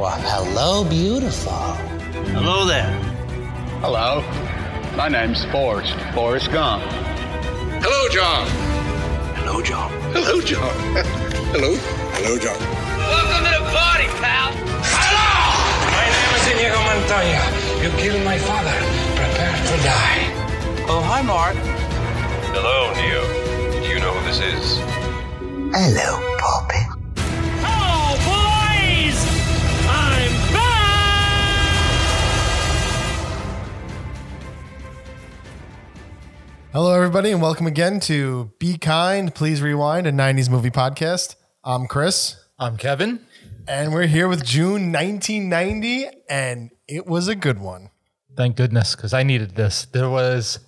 Well, hello, beautiful. Hello there. Hello. My name's Forrest. Forrest Gump. Hello, John. Hello, John. Hello, John. Hello. Hello, John. Welcome to the party, pal. My name is Inigo Montoya. You killed my father. Prepare to die. Oh, hi, Mark. Hello, Neo. Do you know who this is? Hello, Poppy. Hello, boys. I'm back. Hello, everybody, and welcome again to Be Kind, Please Rewind, a 90s movie podcast. I'm Chris, I'm Kevin. and we're here with June 1990, and it was a good one. Thank goodness, because I needed this. There was,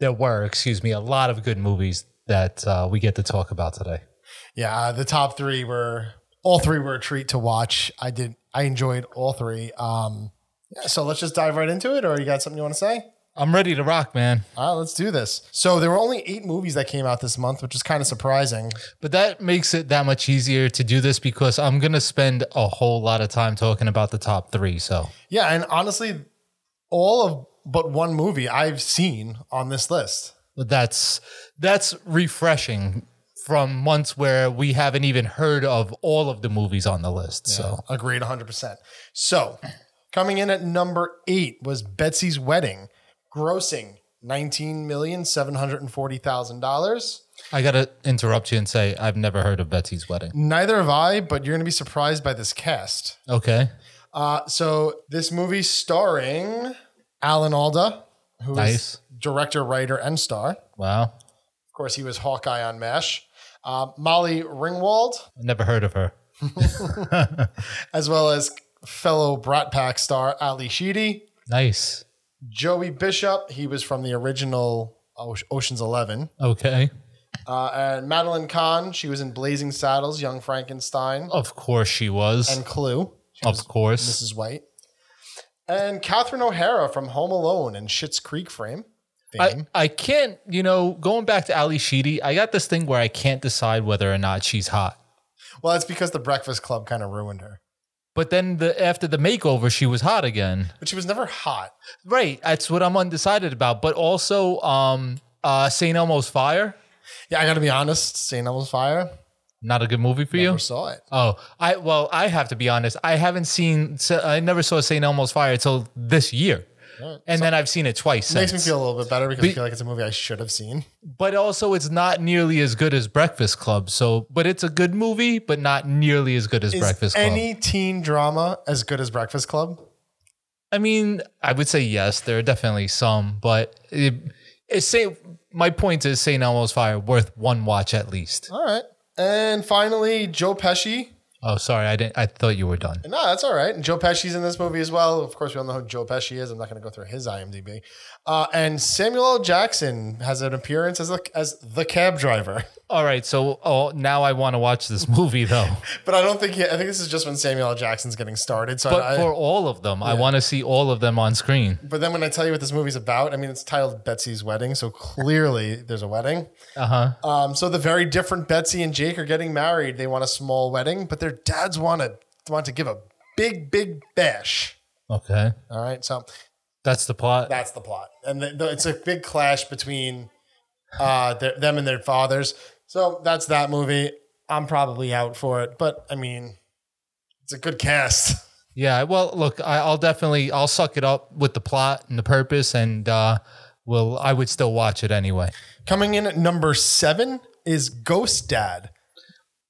there were, excuse me, a lot of good movies that uh, we get to talk about today. Yeah, uh, the top three were all three were a treat to watch. I did, I enjoyed all three. Um, yeah, so let's just dive right into it, or you got something you want to say? I'm ready to rock, man. All right, let's do this. So there were only eight movies that came out this month, which is kind of surprising. But that makes it that much easier to do this because I'm going to spend a whole lot of time talking about the top three. So Yeah, and honestly, all of but one movie I've seen on this list. that's, that's refreshing from months where we haven't even heard of all of the movies on the list. So Agreed 100%. So, coming in at number eight was Betsy's Wedding, grossing $19,740,000. I got to interrupt you and say, I've never heard of Betsy's Wedding. Neither have I, but you're going to be surprised by this cast. Okay. Uh, so, this movie starring Alan Alda, who is Nice. director, writer, and star. Of Wow. course, he was Hawkeye on MASH. Uh, Molly Ringwald, Never heard of her. as well as fellow Brat Pack star Ali Sheedy. Nice. Joey Bishop, he was from the original O- Ocean's Eleven. Okay. Uh, and Madeline Kahn, she was in Blazing Saddles, Young Frankenstein, Of course she was. and Clue. She was of course. Mrs. White. And Catherine O'Hara from Home Alone and Schitt's Creek Frame. I, I can't, you know, going back to Ali Sheedy, I got this thing where I can't decide whether or not she's hot. Well, that's because The Breakfast Club kind of ruined her. But then the after the makeover, she was hot again. But she was never hot. Right. That's what I'm undecided about. But also, um, uh, St. Elmo's Fire, Yeah, I got to be honest. St. Elmo's Fire, not a good movie for never you. saw it. Oh, I well, I have to be honest. I haven't seen. so I never saw St. Elmo's Fire until this year, and then I've seen it twice. Makes me since. feel a little bit better because I Be- feel like it's a movie I should have seen. but also it's not nearly as good as Breakfast Club. So, but it's a good movie, but not nearly as good as Is Breakfast Club. any teen drama as good as Breakfast Club? I mean, I would say yes, there are definitely some, but it, it's say my point is St. Elmo's Fire worth one watch at least. All right. And finally, Joe Pesci. Oh, sorry, I didn't. I thought you were done. No, that's all right. And Joe Pesci's in this movie as well. Of course, we all know who Joe Pesci is. I'm not going to go through his IMDb. Uh, and Samuel L. Jackson has an appearance as a, as the cab driver, All right, so oh, now I want to watch this movie though. but I don't think he, I think this is just when Samuel L. Jackson's getting started. So, But I, for all of them, I want to see all of them on screen. but then when I tell you what this movie's about, I mean it's titled Betsy's Wedding, so clearly there's a wedding. Uh huh. Um, so the very different Betsy and Jake are getting married. They want a small wedding, but their dads want to want to give a big, big bash. Okay, All right, so that's the plot. that's the plot, and the, the- it's a big clash between uh, their, them and their fathers. So that's that movie. I'm probably out for it, but I mean, it's a good cast. Yeah, well, look, I, I'll definitely I'll suck it up with the plot and the purpose, and uh, well, I would still watch it anyway. Coming in at number seven is Ghost Dad.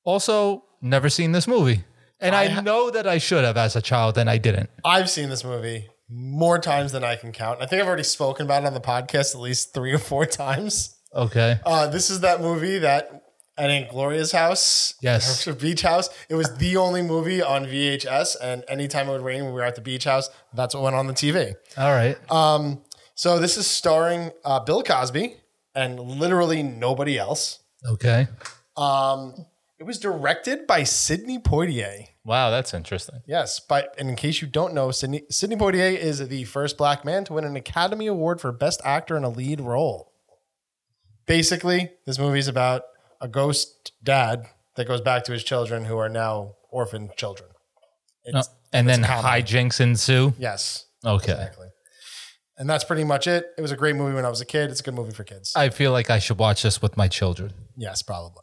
Also, never seen this movie, and I, know that I should have as a child, and I didn't. I've seen this movie more times than I can count. I think I've already spoken about it on the podcast at least three or four times. Okay, Uh, this is that movie that at Aunt Gloria's house, Yes. her beach house. It was the only movie on VHS, and anytime it would rain, when we were at the beach house. That's what went on the TV. all right. uh, So this is starring uh, Bill Cosby and literally nobody else. okay, It was directed by Sidney Poitier. wow, that's interesting. Yes, but and in case you don't know, Sidney, Sidney Poitier is the first black man to win an Academy Award for Best Actor in a Lead Role. Basically, this movie's about a ghost dad that goes back to his children who are now orphan children. It's, Oh, and then a comedy. hijinks ensue. Yes. Okay. Exactly. And that's pretty much it. It was a great movie when I was a kid. It's a good movie for kids. I feel like I should watch this with my children. yes, probably.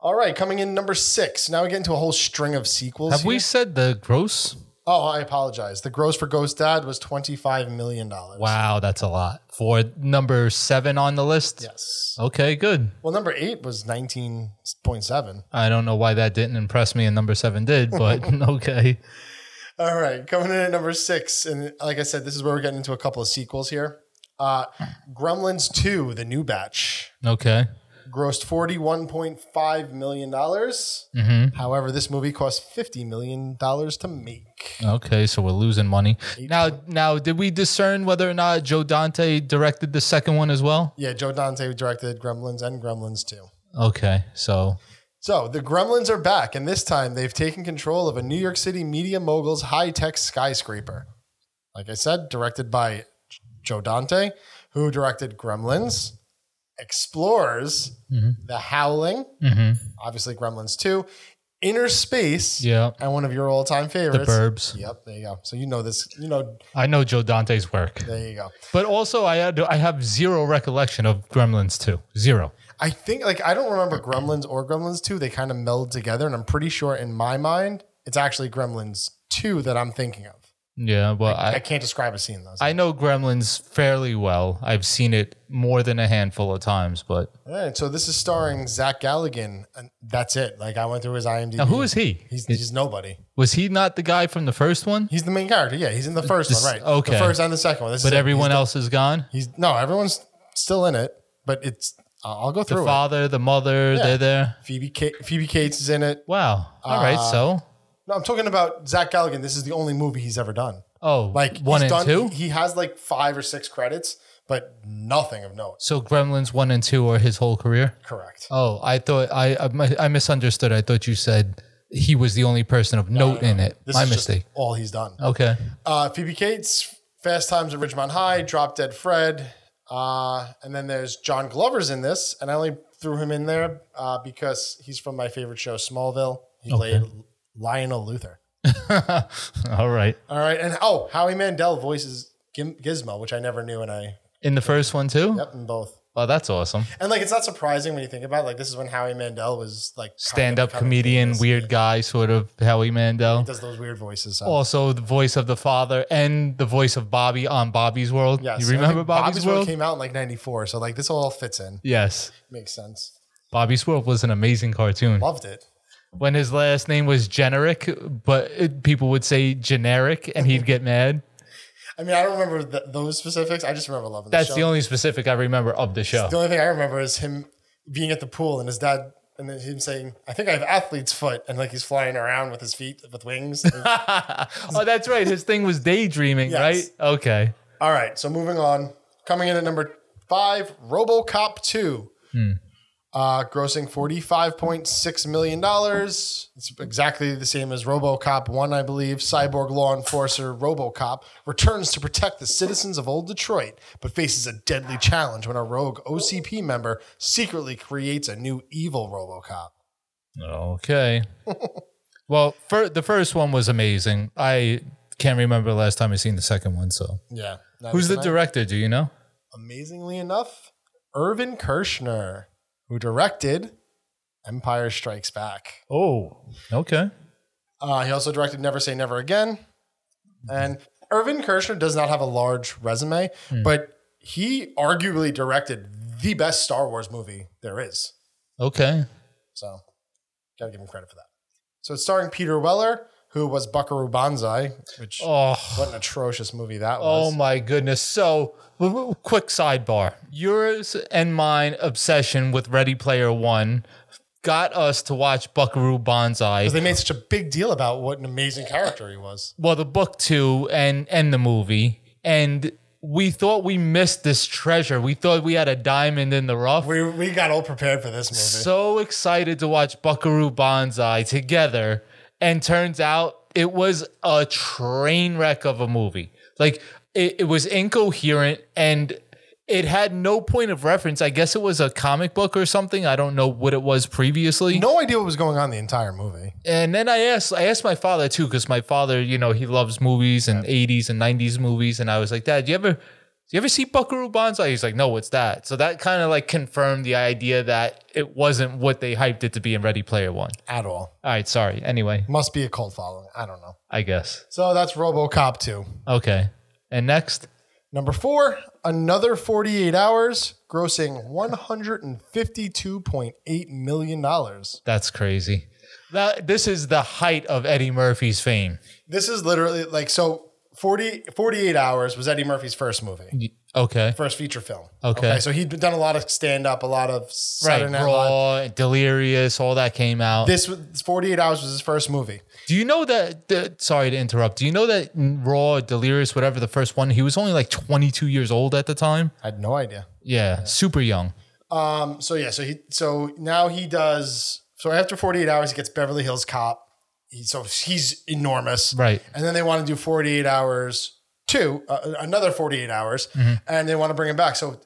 All right, coming in number six. Now we get into a whole string of sequels. Have we here. said the gross? Oh, I apologize. The gross for Ghost Dad was $25 million. Wow, that's a lot for number seven on the list. Yes. Okay, good. Well, number eight was 19.7. I don't know why that didn't impress me, and number seven did, but okay. All right, coming in at number six. And like I said, this is where we're getting into a couple of sequels here. Uh, Gremlins 2, The New Batch, Okay. grossed $41.5 million. Mm-hmm. However, this movie cost $50 million to make. Okay, so we're losing money. Now, now, did we discern whether or not Joe Dante directed the second one as well? Yeah, Joe Dante directed Gremlins and Gremlins 2. Okay, so So the Gremlins are back, and this time they've taken control of a New York City media mogul's high tech skyscraper. Like I said, directed by J- Joe Dante, who directed Gremlins, Explorers, Mm-hmm. The Howling, obviously Gremlins 2, Inner Space, yeah, and one of your all time the favorites. Burbs. Yep, there you go. So you know this, you know, I know Joe Dante's work, there you go. but also I had, I have zero recollection of Gremlins two. Zero. I think like I don't remember Gremlins or Gremlins 2. They kind of meld together, and I'm pretty sure in my mind it's actually Gremlins 2 that I'm thinking of. Yeah, well, I, I can't describe a scene though. so- I know Gremlins fairly well. I've seen it more than a handful of times, but All right, so this is starring Zach Galligan, and that's it. Like I went through his IMDb. now who is he? He's, he's nobody. Was he not the guy from the first one? He's the main character. Yeah, he's in the first This- one, right? okay. The first and the second one. This is But it. everyone he's, else is gone. He's no, everyone's still in it, but it's. I'll I'll go The through it. father, the mother, Yeah. they're there. Phoebe Ca- Phoebe Cates is in it. Wow. All right. Uh, So, No, I'm talking about Zach Galligan. This is the only movie he's ever done. oh, Like like one and he's done, two. He has like five or six credits, but nothing of note. so Gremlins one and two are his whole career. Correct. Oh, I thought I I, mi- I misunderstood. I thought you said he was the only person of note in it. This My is just mistake. all he's done. Okay. Uh, Phoebe Cates, Fast Times at Ridgemont High, Drop Dead Fred, uh, and then there's John Glover's in this, and I only threw him in there uh, because he's from my favorite show, Smallville. He played Lionel Luther. All right. All right, and oh, Howie Mandel voices Gim- Gizmo, which I never knew, and I In the first one too. yep, in both. Wow, that's awesome. And like, it's not surprising when you think about it. like this is when Howie Mandel was like kind of Stand-up becoming comedian, famous. weird guy, sort of Howie Mandel. does those weird voices. so- also the voice of the father and the voice of Bobby on Bobby's World. Yes, You I think remember Bobby's, World? came out in like '94, so like this all fits in, yes. makes sense. Bobby's World was an amazing cartoon. Loved it. When his last name was generic, but it, people would say generic and he'd get mad. I mean, I don't remember th- those specifics. I just remember loving. That's the, show. the only specific I remember of the show. The only thing I remember is him being at the pool and his dad and then him saying, "I think I have athlete's foot," and like he's flying around with his feet with wings. oh, that's right. His thing was daydreaming, Yes. right? Okay. All right, so moving on. Coming in at number five, RoboCop two. Hmm. Uh, grossing $45.6 million. It's exactly the same as Robocop 1, I believe. Cyborg law enforcer Robocop returns to protect the citizens of old Detroit, but faces a deadly challenge when a rogue OCP member secretly creates a new evil Robocop. Okay. well, fir- the first one was amazing. I can't remember the last time I seen the second one. So, Yeah. Neither who's the can I. director? Do you know? Amazingly enough, Irvin Kershner, who directed Empire Strikes Back. Oh, okay. Uh, he also directed Never Say Never Again. And Irvin Kershner does not have a large resume, Hmm. but he arguably directed the best Star Wars movie there is. Okay. So, gotta give him credit for that. So, it's starring Peter Weller, who was Buckaroo Banzai, which Oh, what an atrocious movie that oh was. my goodness. So, w- w- quick sidebar. Yours and mine obsession with Ready Player One got us to watch Buckaroo Banzai. Because they made such a big deal about what an amazing character he was. well the book too and and the movie and we thought we missed this treasure we thought we had a diamond in the rough We, we got all prepared for this movie. so excited to watch buckaroo banzai together and turns out it was a train wreck of a movie like it, it was incoherent and it had no point of reference. I guess it was a comic book or something. I don't know what it was previously. No idea what was going on the entire movie. And then I asked, I asked my father too, because my father, you know, he loves movies and '80s and '90s movies, and I was like, Dad, do you ever, do you ever see Buckaroo Banzai? He's like, No, what's that? So that kind of like confirmed the idea that it wasn't what they hyped it to be in Ready Player One. at all. All right, sorry. Anyway, Must be a cult following. I don't know. I guess So that's RoboCop 2. okay. And next, Number 4, another 48 hours grossing 152.8 million dollars. that's crazy. That this is the height of Eddie Murphy's fame. This is literally like so 40 48 hours was Eddie Murphy's first movie. Y- Okay, First feature film. Okay. so he'd done a lot of stand up, a lot of Saturday right. Night Live. Raw, Delirious, all that came out. This was 48 hours was his first movie. Do you know that? The, sorry to interrupt. Do you know that Raw, Delirious, whatever the first one, he was only like 22 years old at the time? I had no idea. Um, Yeah, super young. So yeah, so he so now he does so after 48 hours he gets Beverly Hills Cop. He, so he's enormous. Right. And then they want to do 48 hours 2, uh, another 48 hours and they want to bring him back. So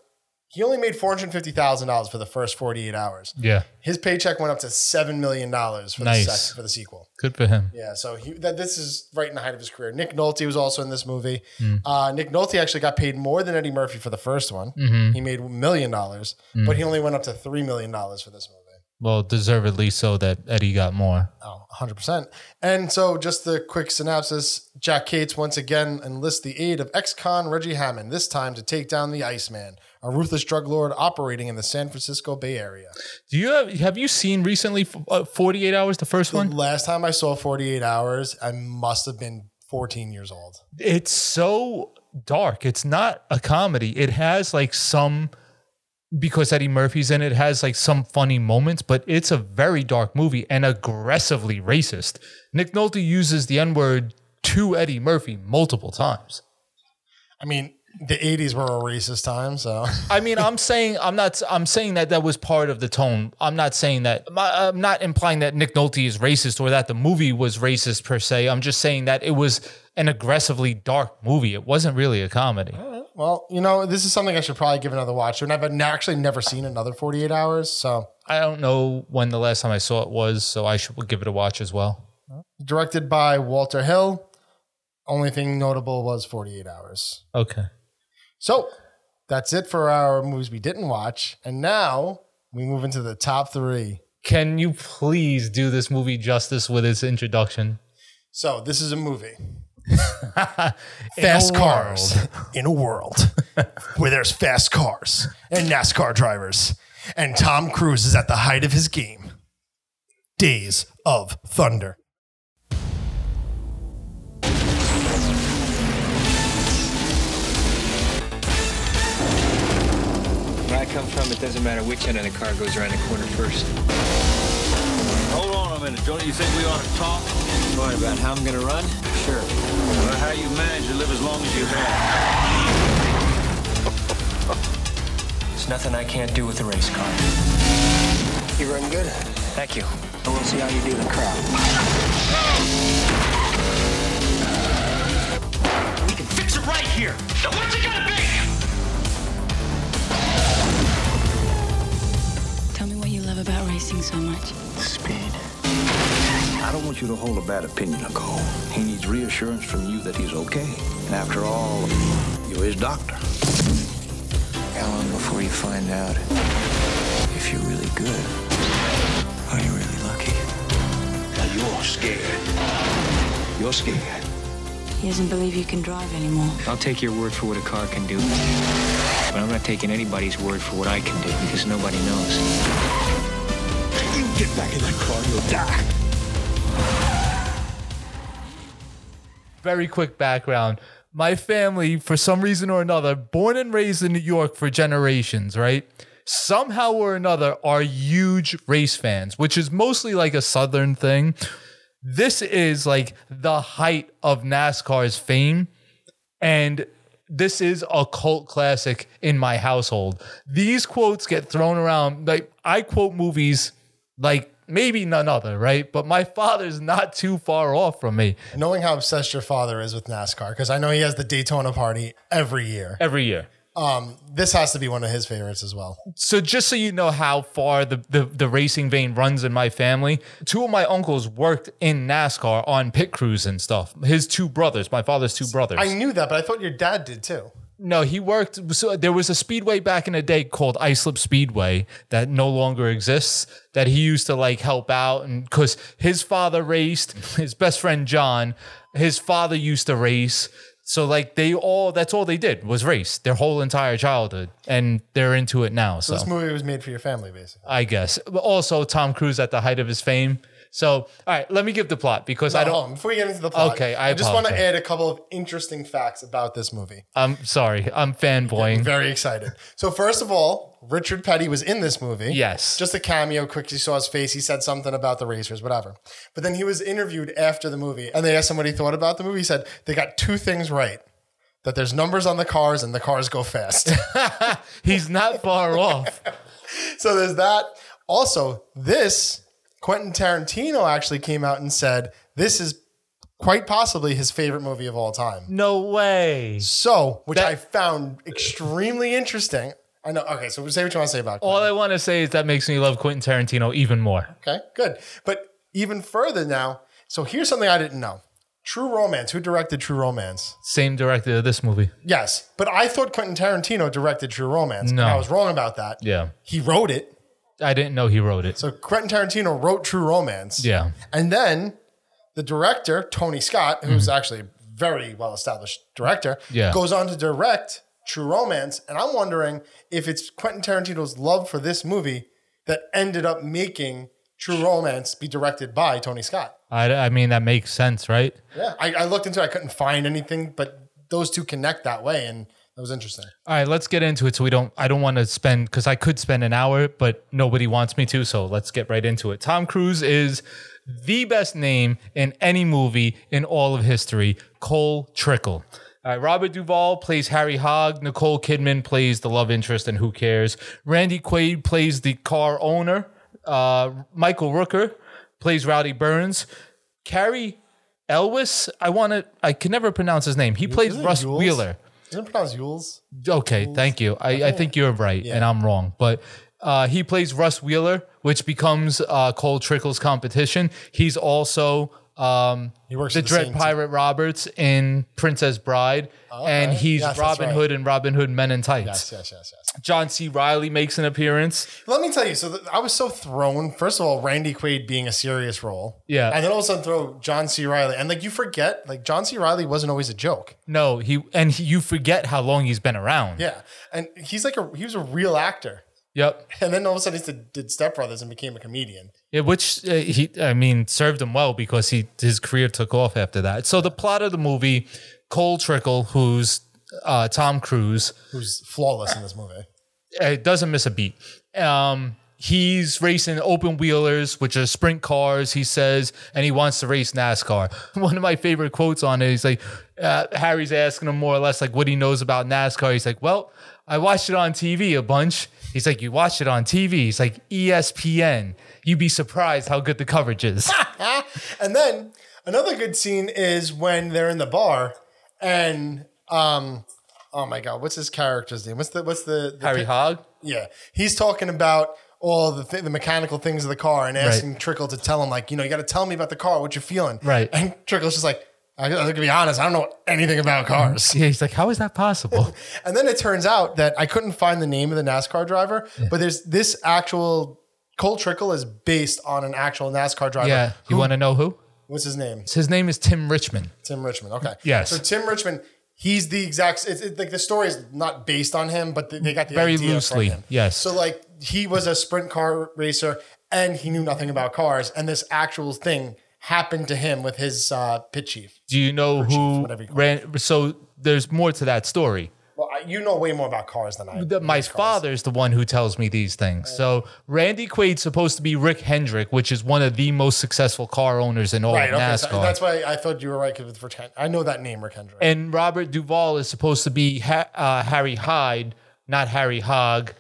he only made $450,000 for the first 48 hours. Yeah, His paycheck went up to 7 million dollars for the Nice. sec- for the sequel. good for him. Yeah, so he, that this is right in the height of his career. Nick Nolte was also in this movie. Uh, Nick Nolte actually got paid more than Eddie Murphy for the first one. He made a million dollars, but he only went up to three million dollars for this movie. Well, deservedly so that Eddie got more. Oh, 100%. And so, just the quick synopsis Jack Cates once again enlists the aid of ex con Reggie Hammond, this time to take down the Iceman, a ruthless drug lord operating in the San Francisco Bay Area. Do you have have you seen recently uh, 48 Hours, the first The one? last time I saw 48 Hours, I must have been 14 years old. It's so dark. It's not a comedy. It has like some because Eddie Murphy's in it, it has like some funny moments, but it's a very dark movie and aggressively racist. Nick Nolte uses the N word to Eddie Murphy multiple times. I mean, the 80s were a racist time, so. I mean, I'm saying I'm not. I'm saying that that was part of the tone. I'm not saying that. I'm not implying that Nick Nolte is racist or that the movie was racist per se. I'm just saying that it was an aggressively dark movie. It wasn't really a comedy. Well, you know, this is something I should probably give another watch. And I've n- actually never seen another 48 hours, so. I don't know when the last time I saw it was, so I should give it a watch as well. Directed by Walter Hill. Only thing notable was 48 hours. Okay. So that's it for our movies we didn't watch. And now we move into the top three. Can you please do this movie justice with its introduction? So this is a movie. In Fast a cars world. in a world where there's fast cars and NASCAR drivers. And Tom Cruise is at the height of his game. Days of Thunder. Where I come from, it doesn't matter which end of the car goes around the corner first. Hold on a minute. Don't you think we ought to talk? What about how I'm gonna run? Sure. About how you managed to live as long as you have. There's nothing I can't do with a race car. You run good. Thank you. I want to see how you do in the crowd. We can fix it right here. Now, what's it gonna be? Tell me what you love about racing so much. Speed. I don't want you to hold a bad opinion of Cole. He needs reassurance from you that he's okay. And after all, you're his doctor. How long before you find out if you're really good? Are you really lucky? Now you're scared. You're scared. He doesn't believe you can drive anymore. I'll take your word for what a car can do. But I'm not taking anybody's word for what I can do because nobody knows. You get back in that car, you'll die. Very quick background. My family, for some reason or another, born and raised in New York for generations, right? Somehow or another, are huge race fans, which is mostly like a Southern thing. This is like the height of NASCAR's fame. and this is a cult classic in my household. These quotes get thrown around. Like I quote movies like maybe none other, right? But my father's not too far off from me Knowing how obsessed your father is with NASCAR, because I know he has the Daytona party every year. every year. Um, this has to be one of his favorites as well. So just so you know how far the, the, the racing vein runs in my family, two of my uncles worked in NASCAR on pit crews and stuff. His two brothers, my father's two brothers. I knew that, but I thought your dad did too. no, he worked. So there was a speedway back in the day called Islip Speedway that no longer exists. That he used to like help out, and because his father raced, his best friend John, his father used to race. So like they all, that's all they did was race their whole entire childhood, and they're into it now. So This movie was made for your family, basically. I guess. But also Tom Cruise at the height of his fame. So, all right, let me give the plot because I No, don't. hold on. Before we get into the plot, Oh. Okay, I just want to add apologize. a couple of interesting facts about this movie. I'm sorry, I'm fanboying. Very excited. So first of all, Richard Petty was in this movie. Yes. Just a cameo, quickly saw his face. He said something about the racers, whatever. But then he was interviewed after the movie, and they asked him what he thought about the movie. He said they got two things right. That there's numbers on the cars and the cars go fast. He's not far off. so there's that. Also, this Quentin Tarantino actually came out and said this is quite possibly his favorite movie of all time. No way. So, which I found extremely interesting. I know. Okay, so say what you want to say about. it. All I want to say is that makes me love Quentin Tarantino even more. Okay, good. But even further now. So here's something I didn't know. True Romance. Who directed True Romance? Same director of this movie. Yes, but I thought Quentin Tarantino directed True Romance. and No. I was wrong about that. Yeah. He wrote it. I didn't know he wrote it. So Quentin Tarantino wrote True Romance. yeah. And then the director, Tony Scott, who's actually a very well established director, Mm-hmm. Yeah. goes on to direct True Romance. And I'm wondering if it's Quentin Tarantino's love for this movie that ended up making True Romance be directed by Tony Scott. I, I mean, that makes sense, right? Yeah. I, I looked into it, I couldn't find anything, but those two connect that way. And that was interesting. All right, let's get into it. So we don't, I don't want to spend, because I could spend an hour, but nobody wants me to. So let's get right into it. Tom Cruise is the best name in any movie in all of history Cole Trickle. All right, Robert Duvall plays Harry Hogg. Nicole Kidman plays the love interest and Who Cares. Randy Quaid plays the car owner. Uh, Michael Rooker plays Rowdy Burns. Carrie Elwes, I want to, I can never pronounce his name. He plays Isn't it Russ Yules? Wheeler. Isn't it pronounced Yules? Okay, thank you. I, I think you're right, and I'm wrong. But uh, he plays Russ Wheeler, which becomes uh, Cole Trickle's competition. He's also um, He works the at the Dread same team. Oh, Pirate Roberts in Princess Bride, and he's Yes, that's Robin right. Hood in Robin Hood Men in Tights. Yes, yes, yes, yes. John C. Riley makes an appearance. Let me tell you. So th- I was so thrown. First of all, Randy Quaid being a serious role. Yeah. And then all of a sudden throw John C. Riley. And like you forget, like John C. Riley wasn't always a joke. No, he and he, you forget how long he's been around. Yeah. And he's like a he was a real actor. Yep. And then all of a sudden he did, did Step Brothers and became a comedian. Yeah, which uh, he, I mean, served him well because he his career took off after that. So the plot of the movie, Cole Trickle, who's uh, Tom Cruise, Who's flawless in this movie. uh, doesn't miss a beat. Um, he's racing open wheelers, which are sprint cars. He says, and he wants to race NASCAR. One of my favorite quotes on it, he's like, uh, Harry's asking him more or less like what he knows about NASCAR. He's like, well, I watched it on TV a bunch. He's like, you watched it on TV. He's like, E ESPN. You'd be surprised how good the coverage is. And then another good scene is when they're in the bar and um oh my god, what's his character's name? What's the what's the, the Harry Hogg. Yeah, he's talking about all the th- the mechanical things of the car and asking Trickle to tell him like, you know, you got to tell me about the car, what you're feeling. Right. And Trickle's just like, I, I gotta be honest, I don't know anything about cars. Yeah, he's like, how is that possible? and then it turns out that I couldn't find the name of the NASCAR driver, but there's this actual Cole Trickle is based on an actual NASCAR driver. yeah, you Who- want to know who? what's his name? His name is Tim Richmond. Tim Richmond. Okay. Yes. So Tim Richmond. He's the exact. It's, it's like the story is not based on him, but they- they got the Very idea from loosely, him. yes. So like he was a sprint car racer, and he knew nothing about cars, and this actual thing happened to him with his uh, pit chief. Do you know who whatever you call ran? So there's more to that story. Well, I, you know way more about cars than I. The- my father's the one who tells me these things. So Randy Quaid's supposed to be Rick Hendrick, which is one of the most successful car owners in all Right. of Okay. NASCAR. So that's why I thought you were right because I know that name, Rick Hendrick. and Robert Duvall is supposed to be ha- uh, Harry Hyde, not Harry Hogg,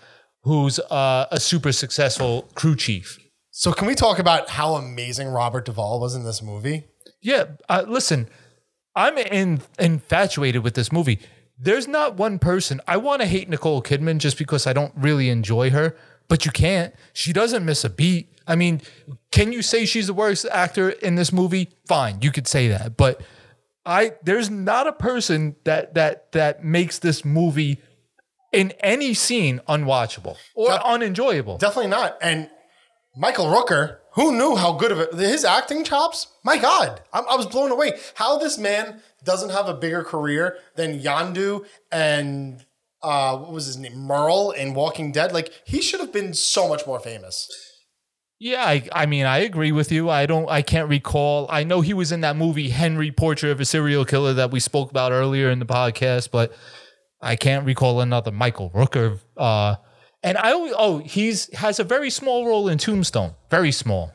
who's uh, a super successful crew chief. so can we talk about how amazing Robert Duvall was in this movie? Yeah, uh, listen, I'm in, infatuated with this movie. There's not one person. I want to hate Nicole Kidman just because I don't really enjoy her, but you can't. She doesn't miss a beat. I mean, can you say she's the worst actor in this movie? Fine, you could say that. But I there's not a person that that that makes this movie in any scene unwatchable or unenjoyable. Definitely not. And Michael Rooker, who knew how good of it, his acting chops? My God, I'm, I was blown away. How this man doesn't have a bigger career than Yandu and uh, what was his name? Merle in Walking Dead. Like, he should have been so much more famous. Yeah, I, I mean, I agree with you. I don't, I can't recall. I know he was in that movie, Henry Portrait of a Serial Killer, that we spoke about earlier in the podcast, but I can't recall another Michael Rooker. Uh, and I always, oh, he's has a very small role in Tombstone, very small.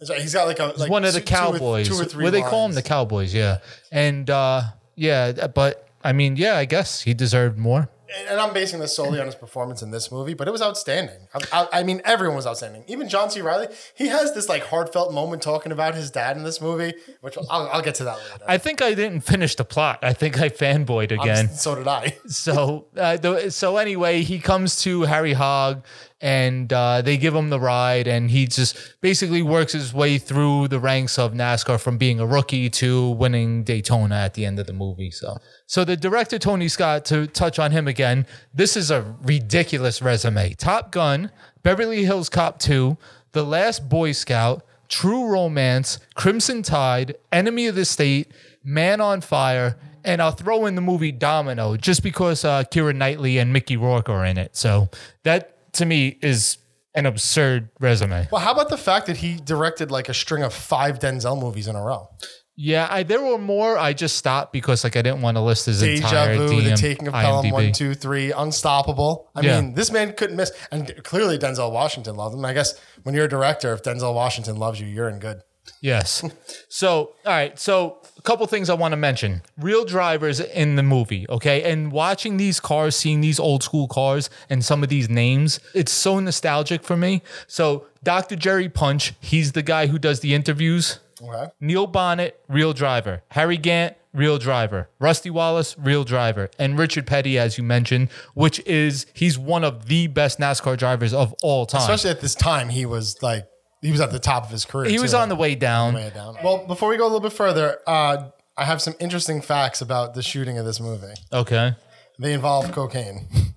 So he's got like a He's like one of two- the two or- Cowboys. Two or, three. Well, they call him lines. the Cowboys, yeah. And uh, yeah, but I mean, yeah, I guess he deserved more. and and I'm basing this solely on his performance in this movie, but it was outstanding. I, I- I mean, everyone was outstanding. Even John C. Riley, he has this like heartfelt moment talking about his dad in this movie, which I'll, I'll get to that later. I think I didn't finish the plot. I think I fanboyed again. I'm- so did I. so uh, the, so anyway, he comes to Harry Hogg and uh, they give him the ride, and he just basically works his way through the ranks of NASCAR from being a rookie to winning Daytona at the end of the movie. So so the director Tony Scott to touch on him again. This is a ridiculous resume: Top Gun, Beverly Hills Cop Two, The Last Boy Scout. True Romance, Crimson Tide, Enemy of the State, Man on Fire, and I'll throw in the movie Domino just because uh, Kira Knightley and Mickey Rourke are in it. So that to me is an absurd resume. Well, how about the fact that he directed like a string of five Denzel movies in a row? Yeah, I, there were more. I just stopped because like I didn't want to list his Deja entire Vu, DM, The Taking of Pelham, IMDb. One, Two, Three, Unstoppable. I Yeah. mean, this man couldn't miss. And clearly, Denzel Washington loved him. I guess when you're a director, if Denzel Washington loves you, you're in good. Yes. So, all right. So, a couple things I want to mention. Real drivers in the movie, okay? And watching these cars, seeing these old school cars and some of these names, it's so nostalgic for me. So, Dr. Jerry Punch, he's the guy who does the interviews. Okay. Neil Bonnet, real driver. Harry Gant, real driver. Rusty Wallace, real driver. And Richard Petty, as you mentioned, which is, he's one of the best NASCAR drivers of all time. Especially at this time, he was like, he was at the top of his career. he was too. Oh, on the way down. way down. Well, before we go a little bit further, uh, I have some interesting facts about the shooting of this movie. Okay. They involve cocaine.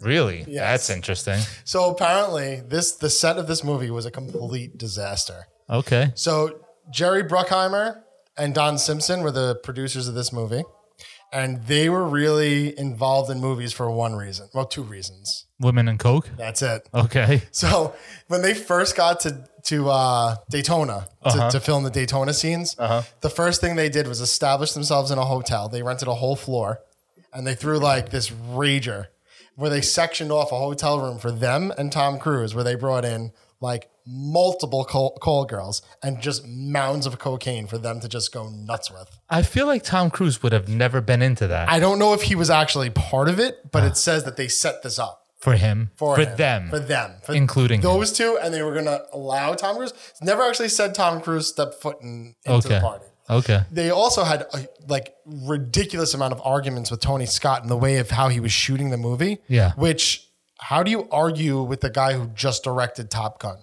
Really? Yes. That's interesting. So apparently, this the set of this movie was a complete disaster. Okay. So Jerry Bruckheimer and Don Simpson were the producers of this movie, and they were really involved in movies for one reason. Well, two reasons. Women and Coke? That's it. Okay. So when they first got to to uh, Daytona to, to film the Daytona scenes, the first thing they did was establish themselves in a hotel. They rented a whole floor, and they threw like this rager where they sectioned off a hotel room for them and Tom Cruise, where they brought in like multiple call, call girls and just mounds of cocaine for them to just go nuts with. I feel like Tom Cruise would have never been into that I don't know if he was actually part of it, but it says that they set this up. for him, for, him. them. for them, for Including him. those two, and they were going to allow Tom Cruise. It's Never actually said Tom Cruise stepped foot in, into okay. the party. Okay. They also had a, like ridiculous amount of arguments with Tony Scott in the way of how he was shooting the movie. Yeah. which how do you argue with the guy who just directed Top Gun?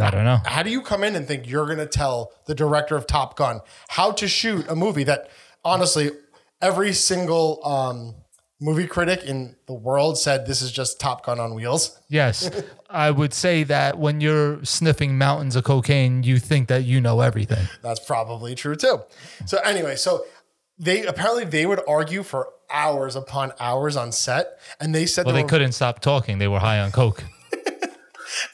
I don't know. How do you come in and think you're going to tell the director of Top Gun how to shoot a movie that honestly every single um, movie critic in the world said this is just Top Gun on wheels? Yes. I would say that when you're sniffing mountains of cocaine, you think that you know everything. That's probably true too. So anyway, so they apparently they would argue for hours upon hours on set, and they said Well, they, they were- couldn't stop talking. They were high on coke.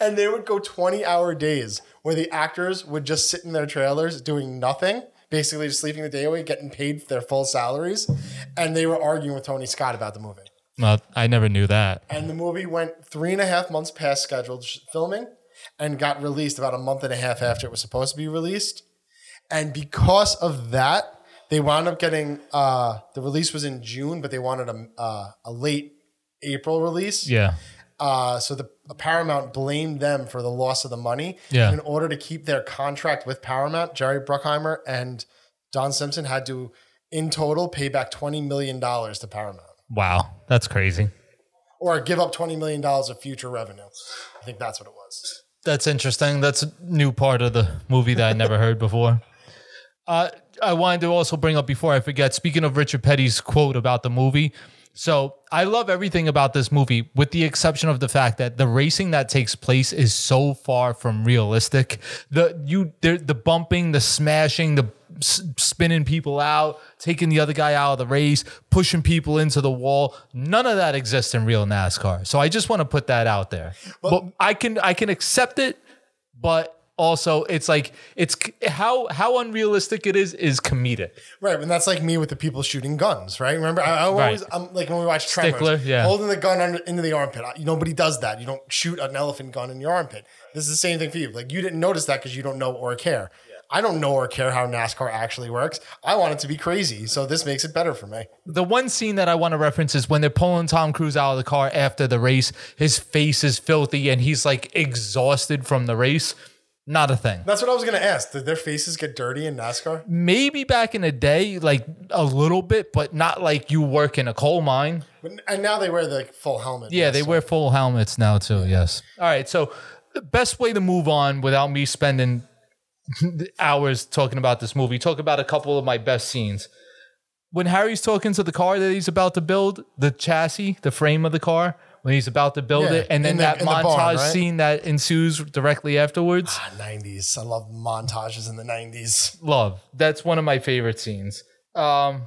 and they would go twenty hour days where the actors would just sit in their trailers doing nothing, basically just sleeping the day away, getting paid their full salaries, and they were arguing with Tony Scott about the movie. Well, I never knew that. And the movie went three and a half months past scheduled sh- filming and got released about a month and a half after it was supposed to be released. And because of that, they wound up getting uh, the release was in June, but they wanted a, uh, a late April release. Yeah. Uh, so the Paramount blamed them for the loss of the money. Yeah. In order to keep their contract with Paramount, Jerry Bruckheimer and Don Simpson had to, in total, pay back $20 million to Paramount. Wow, that's crazy. or give up $20 million of future revenue. I think that's what it was. That's interesting. That's a new part of the movie that I never heard before. Uh, I wanted to also bring up before I forget, speaking of Richard Petty's quote about the movie. So I love everything about this movie, with the exception of the fact that the racing that takes place is so far from realistic. The you there- the bumping, the smashing, the s- spinning people out, taking the other guy out of the race, pushing people into the wall. None of that exists in real NASCAR. So I just want to put that out there. but I can I can accept it but also it's like it's c- how how unrealistic it is is comedic. Right. And that's like me with the people shooting guns, right? Remember, I, I always, Right. I'm like when we watch Tremors, Stickler, yeah. holding the gun under, into the armpit. I- Nobody does that. You don't shoot an elephant gun in your armpit. This is the same thing for you. Like you didn't notice that because you don't know or care. I don't know or care how NASCAR actually works. I want it to be crazy. So this makes it better for me. The one scene that I want to reference is when they're pulling Tom Cruise out of the car after the race. His face is filthy and he's like exhausted from the race. Not a thing. That's what I was going to ask. Did their faces get dirty in NASCAR? Maybe back in the day, like a little bit, but not like you work in a coal mine. But- And now they wear the full helmet. Mm. Yeah, they wear full helmets now too. Yes. All right. So, the best way to move on without me spending hours talking about this movie. Talk about a couple of my best scenes. When Harry's talking to the car that he's about to build, the chassis, the frame of the car, when he's about to build Yeah, it, and then in the- that in the montage barn, right? scene that ensues directly afterwards. Ah, 90s. I love montages in the 90s. Love. That's one of my favorite scenes. Um,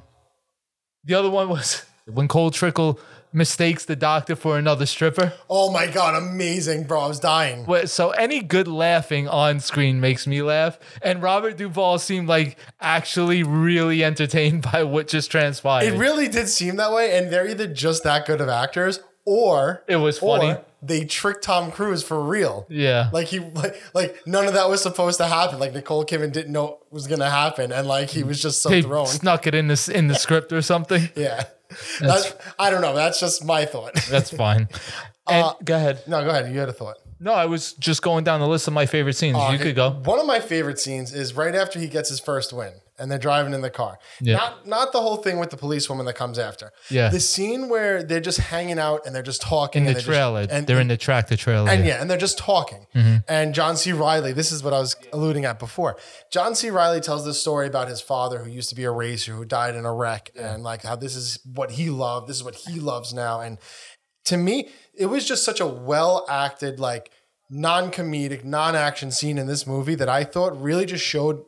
the other one was when Cole Trickle mistakes the doctor for another stripper. Oh my God, amazing, bro. I was dying. Well, so any good laughing on screen makes me laugh, and Robert Duvall seemed like actually really entertained by what just transpired. It really did seem that way, and they're either just that good of actors, or It was or funny. they tricked Tom Cruise for real. yeah, Like he, like, like none of that was supposed to happen. Like Nicole Kidman didn't know it was gonna happen, and like he was just so they thrown. snuck it in this in the script or something. yeah, that's, I don't know. That's just my thought. That's fine. And, go ahead. no, Uh, go ahead. You had a thought. No, I was just going down the list of my favorite scenes. you Okay. could go. One of my favorite scenes is right after he gets his first win, and they're driving in the car. Yeah. Not not the whole thing with the policewoman that comes after. Yeah. The scene where they're just hanging out and they're just talking In and the they're trailer, just, and, they're in the tractor trailer. and yeah, and they're just talking. And John C. Riley, this is what I was alluding at before. John C. Riley tells this story about his father who used to be a racer who died in a wreck and like how this is what he loved, this is what he loves now. And to me, it was just such a well acted, like non comedic, non action scene in this movie that I thought really just showed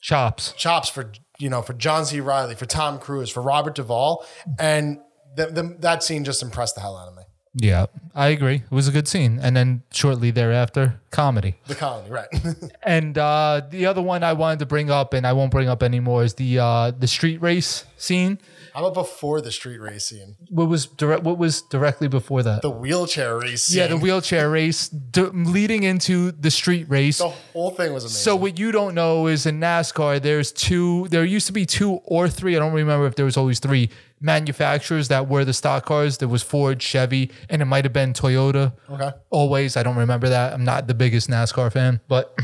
chops. chops for you know for John C. Riley, for Tom Cruise, for Robert Duvall, and th- th- that scene just impressed the hell out of me. Yeah, I agree. It was a good scene, and then shortly thereafter, comedy. The colony, right? And uh, the other one I wanted to bring up, and I won't bring up anymore, is the uh, the street race scene. How about before the street race scene? What was direct? What was directly before that? the wheelchair race. Scene. yeah, the wheelchair race d- leading into the street race. The whole thing was amazing. So what you don't know is in NASCAR, there's two. There used to be two or three. I don't remember if there was always three manufacturers that were the stock cars. There was Ford, Chevy, and it might have been Toyota. Okay. Always, I don't remember that. I'm not the biggest NASCAR fan, but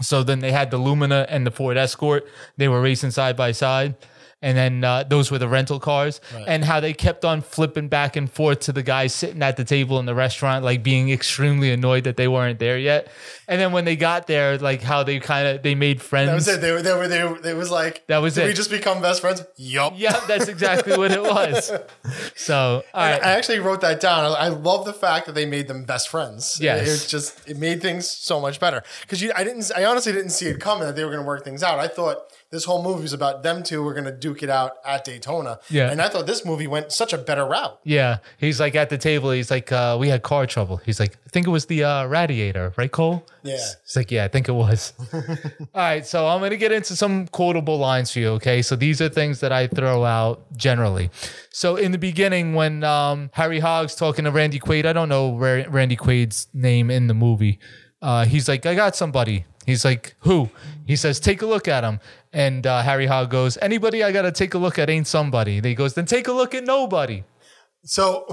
so then they had the Lumina and the Ford Escort. They were racing side by side. And then uh, those were the rental cars, and how they kept on flipping back and forth to the guys sitting at the table in the restaurant, like being extremely annoyed that they weren't there yet. And then when they got there, like how they kind of they made friends. that was it. They were. They were. They were. It was like That was did it. We just become best friends. Yup. Yeah, that's exactly what it was. So, all And right, I actually wrote that down. I, I love the fact that they made them best friends. Yes. It, was just it made things so much better because you. I didn't. I honestly didn't see it coming that they were going to work things out. I thought this whole movie was about them two were going to duke it out at Daytona. Yeah. And I thought this movie went such a better route. yeah, he's like at the table. He's like, uh, "We had car trouble." He's like, "I think it was the uh, radiator, right, Cole?" Yeah. He's like, "Yeah, I think it was." all right, so I'm gonna get into some quotable lines for you. Okay, so these are things that I throw out generally. So in the beginning, when um, Harry Hoggs talking to Randy Quaid, I don't know Ra- Randy Quaid's name in the movie. Uh, he's like, I got somebody. He's like, who? He says, take a look at him. And uh, Harry Hogg goes, anybody I got to take a look at ain't somebody. They goes, then take a look at nobody. So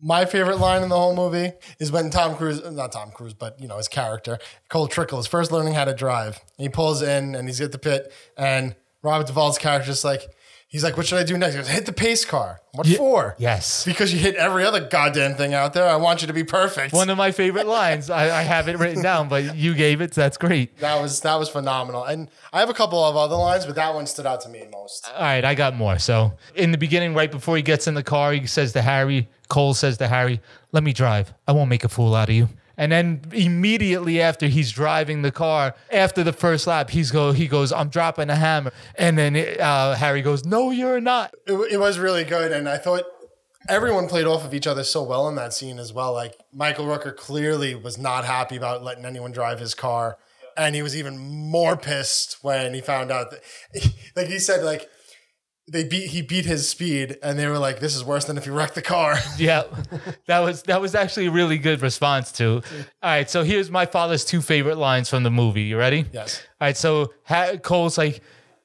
my favorite line in the whole movie is when Tom Cruise, not Tom Cruise, but you know, his character, Cole Trickle is first learning how to drive. He pulls in and he's at the pit and Robert Duvall's character is like, He's like, what should I do next? He goes, hit the pace car. What for? Yes. Because you hit every other goddamn thing out there. I want you to be perfect. One of my favorite lines. I, I have it written down, but you gave it. So that's great. That was that was phenomenal. And I have a couple of other lines, but that one stood out to me most. All right, I got more. So in the beginning, right before he gets in the car, he says to Harry, Cole says to Harry, let me drive. I won't make a fool out of you. And then immediately after he's driving the car, after the first lap, he's go he goes, I'm dropping a hammer. And then uh, Harry goes, No, you're not. It, it was really good, and I thought everyone played off of each other so well in that scene as well. Like Michael Rooker clearly was not happy about letting anyone drive his car, and he was even more pissed when he found out that, like he said, like they beat he beat his speed, and they were like, "This is worse than if you wrecked the car." Yeah, that was that was actually a really good response to. All right, so here's my father's two favorite lines from the movie. You ready? Yes. All right, so ha- Cole's like,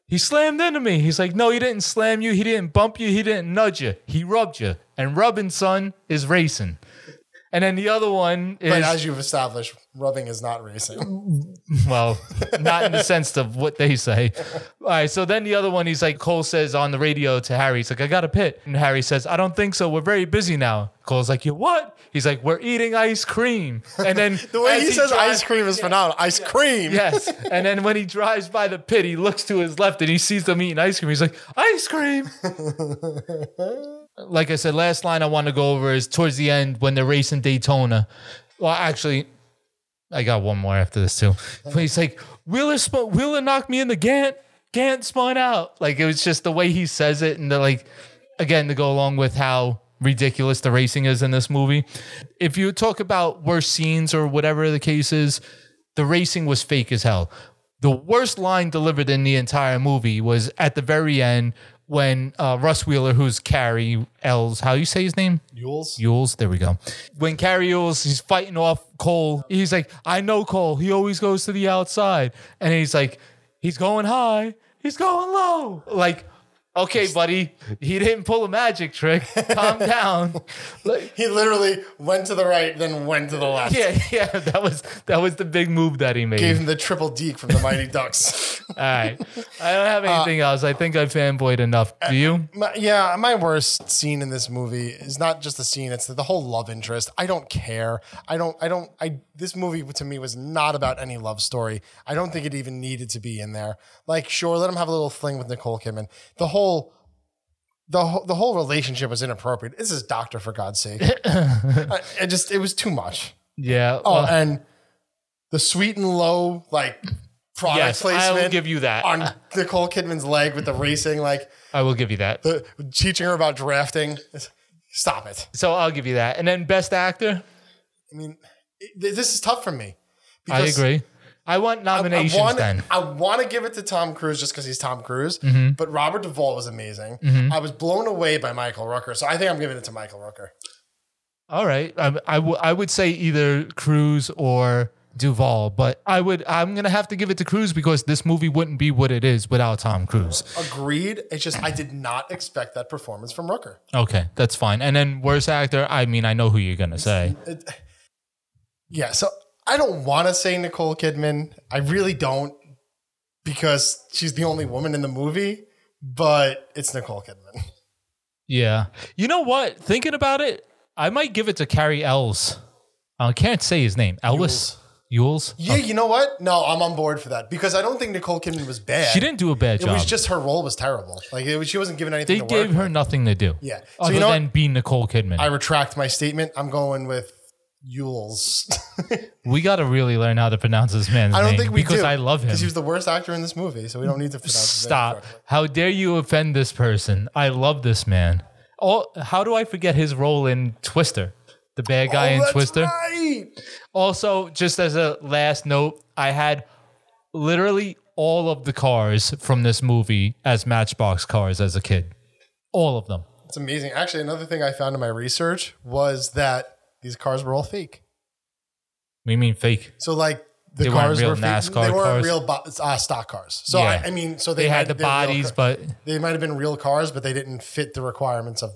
he slammed into me. He's like, no, he didn't slam you. He didn't bump you. He didn't nudge you. He rubbed you. And rubbing, son, is racing. And then the other one is But as you've established, rubbing is not racing. well, not in the sense of what they say. All right, so then the other one, he's like, Cole says on the radio to Harry, he's like, I got a pit. And Harry says, I don't think so. We're very busy now. Cole's like, You what? He's like, We're eating ice cream. And then The way as he, says drives- ice cream is phenomenal. Ice cream. Yes. And then when he drives by the pit, he looks to his left and he sees them eating ice cream. He's like, ice cream. like I said, last line I want to go over is towards the end when they're racing Daytona. Well, actually, I got one more after this too. But he's like, Wheeler, spun, Wheeler knocked me in the Gant. Gant spun out. Like it was just the way he says it. And they're like, again, to go along with how ridiculous the racing is in this movie. If you talk about worst scenes or whatever the case is, the racing was fake as hell. The worst line delivered in the entire movie was at the very end when uh, Russ Wheeler, who's Carrie L's, how you say his name? Yules. Yules, there we go. When Carrie Yules, he's fighting off Cole. He's like, I know Cole. He always goes to the outside. And he's like, he's going high. He's going low. Like, okay, buddy, he didn't pull a magic trick. Calm down. Like, He literally went to the right, then went to the left. yeah, yeah, that was that was the big move that he made. Gave him the triple deke from the Mighty Ducks. All right. I don't Uh, have anything else. I think I fanboyed enough. Do you? My- yeah, my worst scene in this movie is not just the scene; it's the, the whole love interest. I don't care. I don't. I don't. I. This movie to me was not about any love story. I don't think it even needed to be in there. Like, sure, let him have a little fling with Nicole Kidman. The whole. The whole, the whole relationship was inappropriate. This is Doctor, for God's sake. I, I just, it was too much. Yeah. Oh, well, and the sweet and low, like, product yes, I placement will give you that. on Nicole Kidman's leg with the racing, like, I will give you that. the teaching her about drafting. Stop it. So I'll give you that. And then best actor? I mean, it- this is tough for me. I agree. I want I- nominations I, want, then. Mm-hmm. I want to give it to Tom Cruise just because he's Tom Cruise, but Robert Duvall was amazing. I was blown away by Michael Rooker, so I think I'm giving it to Michael Rooker. All right. I, I, w- I would say either Cruz or Duvall, but I would I'm gonna have to give it to Cruz because this movie wouldn't be what it is without Tom Cruise. Agreed. It's just I did not expect that performance from Rooker. Okay, that's fine. And then worst actor, I mean I know who you're gonna say. It- yeah, so I don't want to say Nicole Kidman. I really don't because she's the only woman in the movie, but it's Nicole Kidman. Yeah. You know what? Thinking about it, I might give it to Carrie Ells. I can't say his name. Ellis Yules. Yeah, you know what? No, I'm on board for that because I don't think Nicole Kidman was bad. She didn't do a bad It job. was just her role was terrible. Like it was, she wasn't given anything. they to gave work her with. nothing to do. Yeah. So Other you know what? than be Nicole Kidman. I retract my statement. I'm going with Yules. we got to really learn how to pronounce this man's I don't name think we because do, I love him. because he was the worst actor in this movie, so we don't need to pronounce his name Stop. correctly. How dare you offend this person? I love this man. Oh, how do I forget his role in Twister? The bad guy Oh, in that's Twister. right. Also, just as a last note, I had literally all of the cars from this movie as Matchbox cars as a kid. All of them. It's amazing. Actually, another thing I found in my research was that these cars were all fake. We mean fake. So like the They weren't cars real were fake. NASCAR they weren't cars. real bo- uh, stock cars. So Yeah. I, I mean, so They, they, had the their real bodies, car- but they might have been real cars, but they didn't fit the requirements of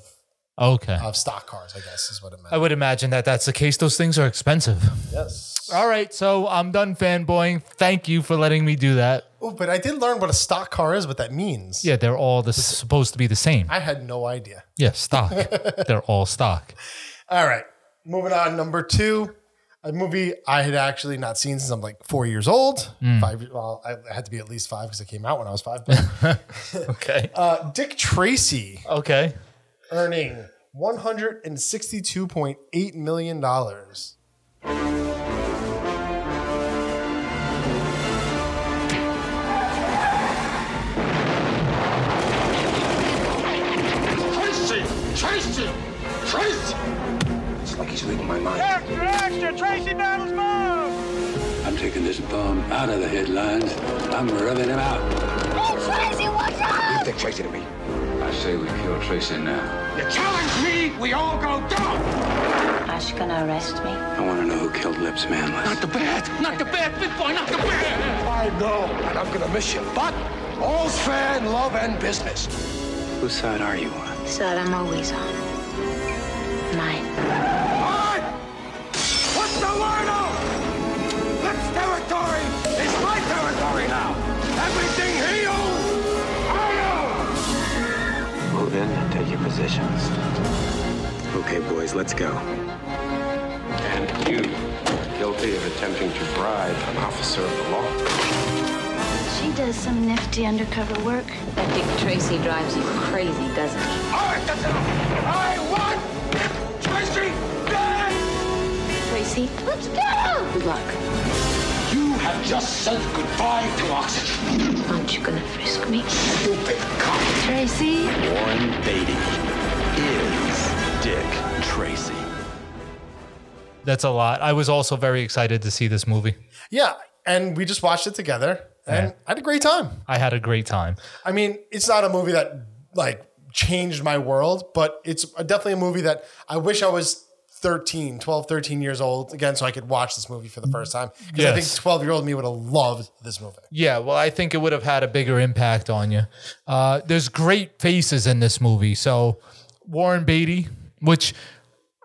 Okay. of stock cars, I guess is what it meant. I would imagine that that's the case. Those things are expensive. Yes. All right, so I'm done fanboying. Thank you for letting me do that. Oh, but I did learn what a stock car is, what that means. Yeah, they're all the, supposed to be the same. I had no idea. Yeah, stock. they're all stock. All right. Moving on, number two, a movie I had actually not seen since I'm like four years old. Hmm. Five. Well, I I had to be at least five because it came out when I was five. But, Okay. uh, Dick Tracy Okay. earning one hundred and sixty-two point eight million dollars. Tracy! Tracy! Tracy! It's like he's reading my mind. Extra, extra! Tracy battles mom! I'm taking this bomb out of the headlines. I'm rubbing him out. Tracy, watch out! Dick Tracy to me. I say we kill Tracy now. You challenge me, we all go down! Are you gonna arrest me? I want to know who killed Lips Manless. The bad, not the bad, big boy, not the bad! I know, and I'm gonna miss you. But all's fair in love and business. Whose side are you on? The side I'm always on. Mine. What? What's the word of? This territory is my territory now. Everything he owns, I own. Move in and take your positions. Okay, boys, let's go. And you, guilty of attempting to bribe an officer of the law. She does some nifty undercover work. That Dick Tracy drives you crazy, doesn't he? All right, that's enough. I want Tracy dead. Tracy, Let's go! Good luck. You have just said goodbye to oxygen. aren't you gonna frisk me? Stupid cop! Tracy? Warren Beatty is Dick Tracy. That's a lot. I was also very excited to see this movie. Yeah, and we just watched it together, and Yeah. I had a great time. I had a great time. I mean, it's not a movie that like changed my world, but it's definitely a movie that I wish I was 13, 12, 13 years old again, so I could watch this movie for the first time. Because I Yes. think 12 year old me would have loved this movie. Yeah, well, I think it would have had a bigger impact on you. Uh, there's great faces in this movie. So, Warren Beatty, which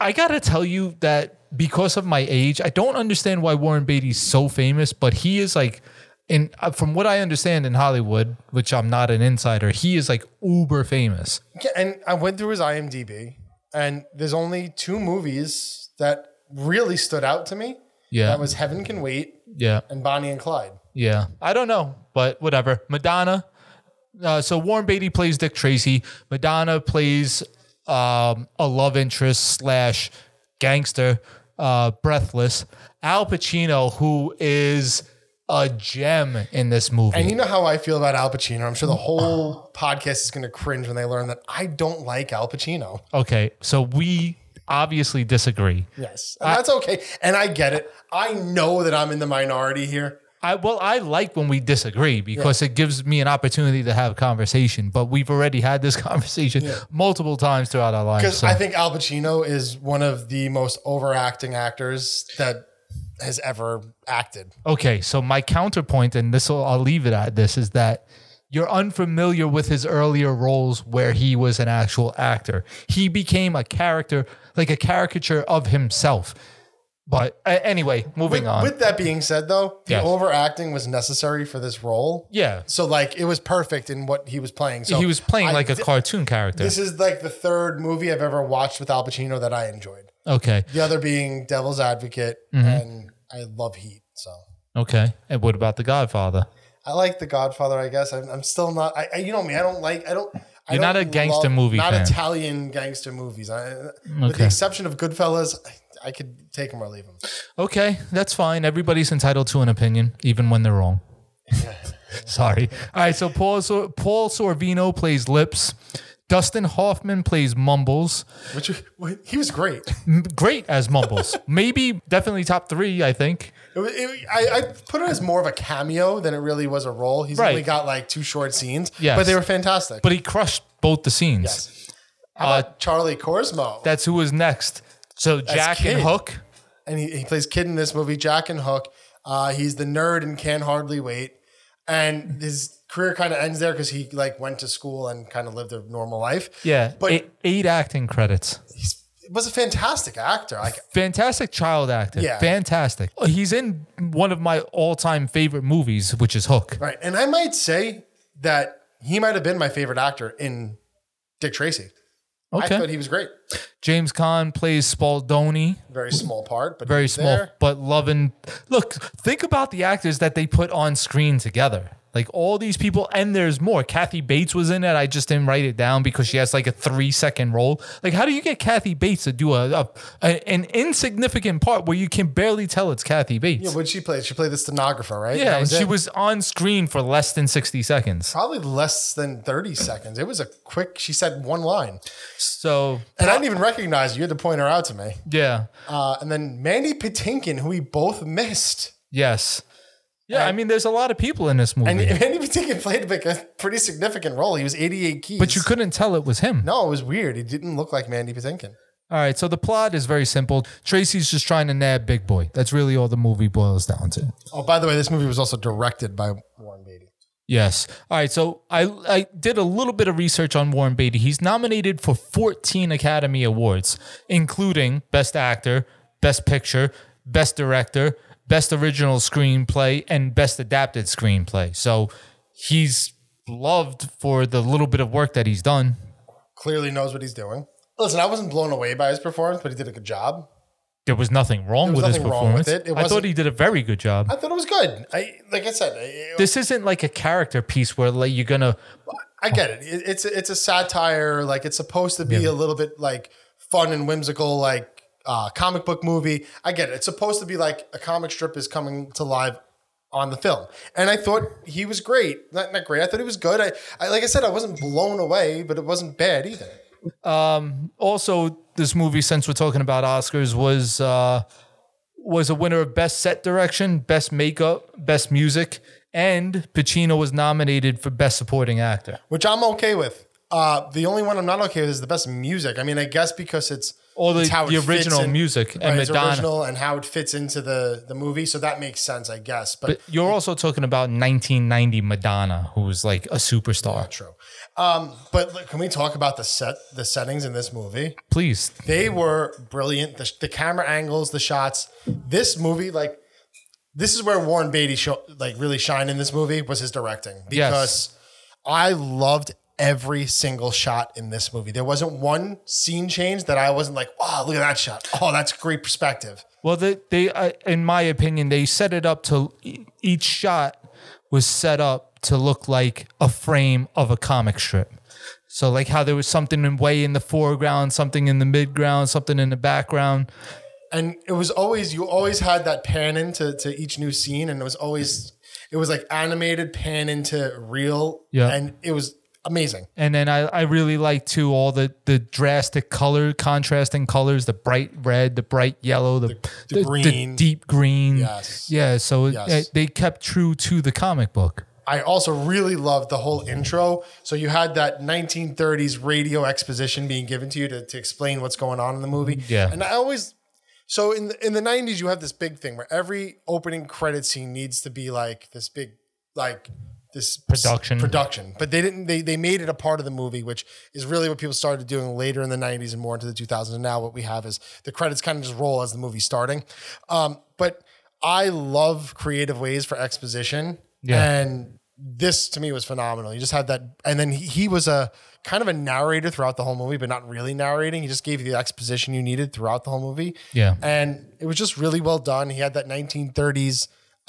I got to tell you that because of my age, I don't understand why Warren Beatty's so famous, but he is like, in, uh, from what I understand in Hollywood, which I'm not an insider, he is like uber famous. Yeah, and I went through his IMDb, and there's only two movies that really stood out to me. Yeah. That was Heaven Can Wait yeah. and Bonnie and Clyde. Yeah. I don't know, but whatever. Madonna. Uh, so Warren Beatty plays Dick Tracy. Madonna plays um, a love interest slash gangster, uh, Breathless. Al Pacino, who is a gem in this movie. And you know how I feel about Al Pacino. I'm sure the whole podcast is going to cringe when they learn that I don't like Al Pacino. okay, so we obviously disagree. Yes, and that's okay. And I get it. I know that I'm in the minority here. I well, I like when we disagree because it gives me an opportunity to have conversation. But we've already had this conversation multiple times throughout our lives. Because so- I think Al Pacino is one of the most overacting actors that has ever acted. Okay, so my counterpoint, and this will I'll leave it at this, is that you're unfamiliar with his earlier roles where he was an actual actor. He became a character, like a caricature of himself. But uh, anyway, moving With, on. with that being said, though, the Yes. overacting was necessary for this role. yeah, So, like, it was perfect in what he was playing. So he was playing I like a thi- cartoon character. This is like the third movie I've ever watched with Al Pacino that I enjoyed. okay, The other being Devil's Advocate, Mm-hmm. and I love Heat. So okay. And what about The Godfather? I like The Godfather, I guess. I'm, I'm still not. I, I, you know me. I don't like. I don't. I You're don't not a gangster movie Not fan. Italian gangster movies. I, With Okay. the exception of Goodfellas, I, I could take them or leave them. Okay, that's fine. Everybody's entitled to an opinion, even when they're wrong. Sorry. All right, so Paul Sor- Paul Sorvino plays Lips. Dustin Hoffman plays Mumbles. Which wh- he was great. M- Great as Mumbles. Maybe definitely top three, I think. It, wa- it, I, I put it as more of a cameo than it really was a role. He's Right. only got like two short scenes, Yes. but they were fantastic. But he crushed both the scenes. Uh, Yes. How about Charlie Corsmo, That's who was next. So Jack and Kid. Hook. and he, he plays Kid in this movie, Jack and Hook. Uh, he's the nerd and can hardly wait. and his career kind of ends there because he like went to school and kind of lived a normal life. Yeah, But- but eight, eight acting credits. It was a fantastic actor. Like Fantastic child actor. Yeah. Fantastic. He's in one of my all-time favorite movies, which is Hook. Right. And I might say that he might have been my favorite actor in Dick Tracy. I Okay. thought he was great. James Caan plays Spaldoni. Very small part, but he very was small, there. but loving. Look, think about the actors that they put on screen together. Like all these people, and there's more. Kathy Bates was in it. I just didn't write it down because she has like a three second role. Like, how do you get Kathy Bates to do a, a, a- an insignificant part where you can barely tell it's Kathy Bates? Yeah, what she played? She played the stenographer, right? Yeah, That and she it. was on screen for less than 60 seconds. probably less than 30 seconds. It was a quick, she said one line. So, And I didn't even recognize her. You had to point her out to me. yeah, Uh, and then Mandy Patinkin, who we both missed. yes. Yeah, I mean, there's a lot of people in this movie, And Mandy Patinkin played like a pretty significant role. He was 88 keys. but you couldn't tell it was him. No, it was weird. He didn't look like Mandy Patinkin. All right, so the plot is very simple. Tracy's just trying to nab Big Boy. That's really all the movie boils down to. Oh, by the way, this movie was also directed by Warren Beatty. Yes. All right, so I I did a little bit of research on Warren Beatty. He's nominated for 14 Academy Awards, including Best Actor, Best Picture, Best Director, Best Original Screenplay, and Best Adapted Screenplay. So he's loved for the little bit of work that he's done. Clearly knows what he's doing. Listen, I wasn't blown away by his performance, but he did a good job. There was nothing wrong There was with his nothing wrong with performance. it. It I thought wasn't- he did a very good job. I thought it was good. I like I said, I, this isn't like a character piece where like you're gonna I get it. it. It's it's a satire. Like it's supposed to be a little bit like fun and whimsical, like uh, comic book movie. I get it. It's supposed to be like a comic strip is coming to live on the film. And I thought he was great. Not not great. I thought he was good. I, I like I said, I wasn't blown away, but it wasn't bad either. also this movie since we're talking about oscars was uh was a winner of best set direction best makeup best music and pacino was nominated for best supporting actor Which I'm okay with. Uh, the only one I'm not okay with is the best music. I mean, I guess because it's Or the- it's the fits original music and it's Madonna. original and how it fits into the the movie. So that makes sense, I guess. but you're also talking about 1990 madonna who was like a superstar True. Um, but look, can we talk about the set, the settings in this movie? please They were brilliant. The, the camera angles, the shots. This movie, like, this is where Warren Beatty sho- like really shined in this movie was his directing because I loved every single shot in this movie. There wasn't one scene change that I wasn't like, "Wow, look at that shot! Oh, that's great perspective." Well, they, they uh, in my opinion, they set it up to e- each shot was set up to look like a frame of a comic strip. So, like how there was something in way in the foreground, something in the midground, something in the background. and it was always you always had that pan into to each new scene and it was always it was like animated pan into real Yeah. and it was amazing And then I, I really like too all the the drastic color contrasting colors, the bright red, the bright yellow, the the the, the green. deep green. Yes. Yeah. So it- Yes. they kept true to the comic book. i also really loved the whole intro so you had that 1930s radio exposition being given to you to, to explain what's going on in the movie Yeah. and i always so in the, in the 90s you have this big thing where every opening credit scene needs to be like this big like this Production. production but they didn't they, they made it a part of the movie which is really what people started doing later in the 90s and more into the 2000s and now what we have is the credits kind of just roll as the movie's starting um, but i love creative ways for exposition Yeah. and this to me was phenomenal you just had that and then he, he was a kind of a narrator throughout the whole movie but not really narrating he just gave you the exposition you needed throughout the whole movie Yeah. and it was just really well done he had that 1930s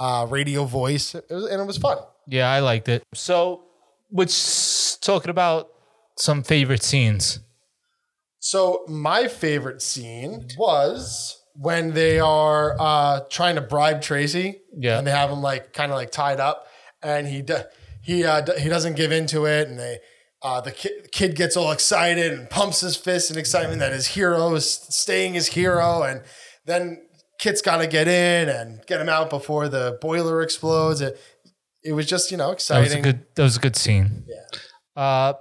uh, radio voice It was- and it was fun Yeah, I liked it. So, which talking about some favorite scenes. So my favorite scene was when they are uh, trying to bribe Tracy. Yeah. And they have him like kind of like tied up, and he do- he uh, do- he doesn't give in to it, and they. Uh, the ki- kid gets all excited and pumps his fist in excitement that his hero is staying his hero, and then Kit's got to get in and get him out before the boiler explodes. It, it was just you know That was a exciting. good. That was a good scene. Yeah. Uh,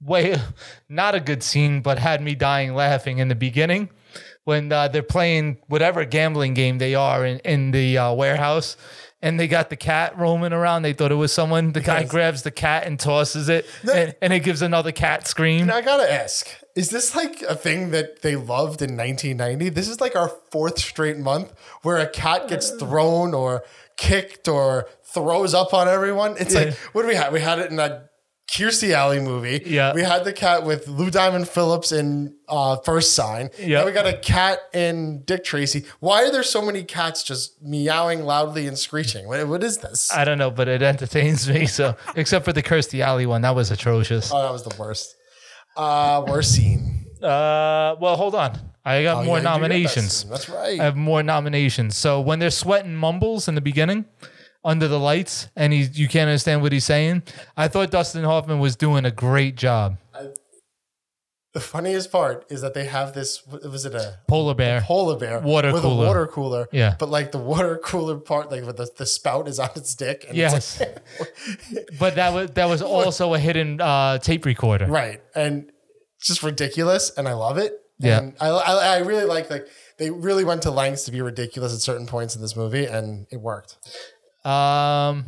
way not a good scene, but had me dying laughing in the beginning when uh, they're playing whatever gambling game they are in in the uh, warehouse, and they got the cat roaming around. They thought it was someone. The guy grabs the cat and tosses it, and, and it gives another cat scream. And I gotta ask, is this like a thing that they loved in 1990? This is like our fourth straight month where a cat Uh. gets thrown or kicked or throws up on everyone. It's like, what do we have? We had it in that Kiersey Alley movie. Yeah. We had the cat with Lou Diamond Phillips in uh, First Sign. Yeah. Now we got a cat in Dick Tracy. Why are there so many cats just meowing loudly and screeching? What, what is this? I don't know, but it entertains me. So, except for the Kirstie Alley one, that was atrocious. Oh, that was the worst. Uh, worst scene. Uh, well, hold on. I got Oh, yeah, you more do get that nominations. scene. That's right. I have more nominations. So when they're sweating mumbles in the beginning, under the lights, and he you can't understand what he's saying, I thought Dustin Hoffman was doing a great job. The funniest part is that they have this. Was it a Polar bear. polar bear Water with cooler. a water cooler? Yeah. But like the water cooler part, like with the, the spout is on its dick. And Yes. It's like, But that was that was also a hidden uh, tape recorder. right. And it's just ridiculous, and I love it. Yeah. And I, I I really like like they really went to lengths to be ridiculous at certain points in this movie, and it worked. Um,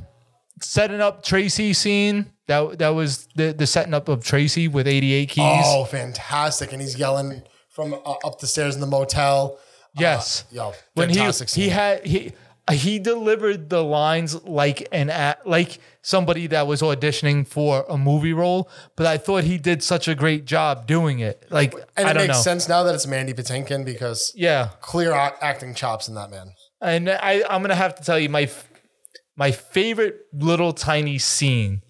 setting up Tracy scene. That that was the the setting up of Tracy with 88 keys. oh, fantastic! And he's yelling from uh, up the stairs in the motel. Yes. Uh, Yo, when he fantastic scene. he had he he delivered the lines like an at like somebody that was auditioning for a movie role, but I thought he did such a great job doing it. Like and I it don't makes know. sense now that it's Mandy Patinkin because Yeah, clear a- acting chops in that man. and I I'm gonna have to tell you my f- my favorite little tiny scene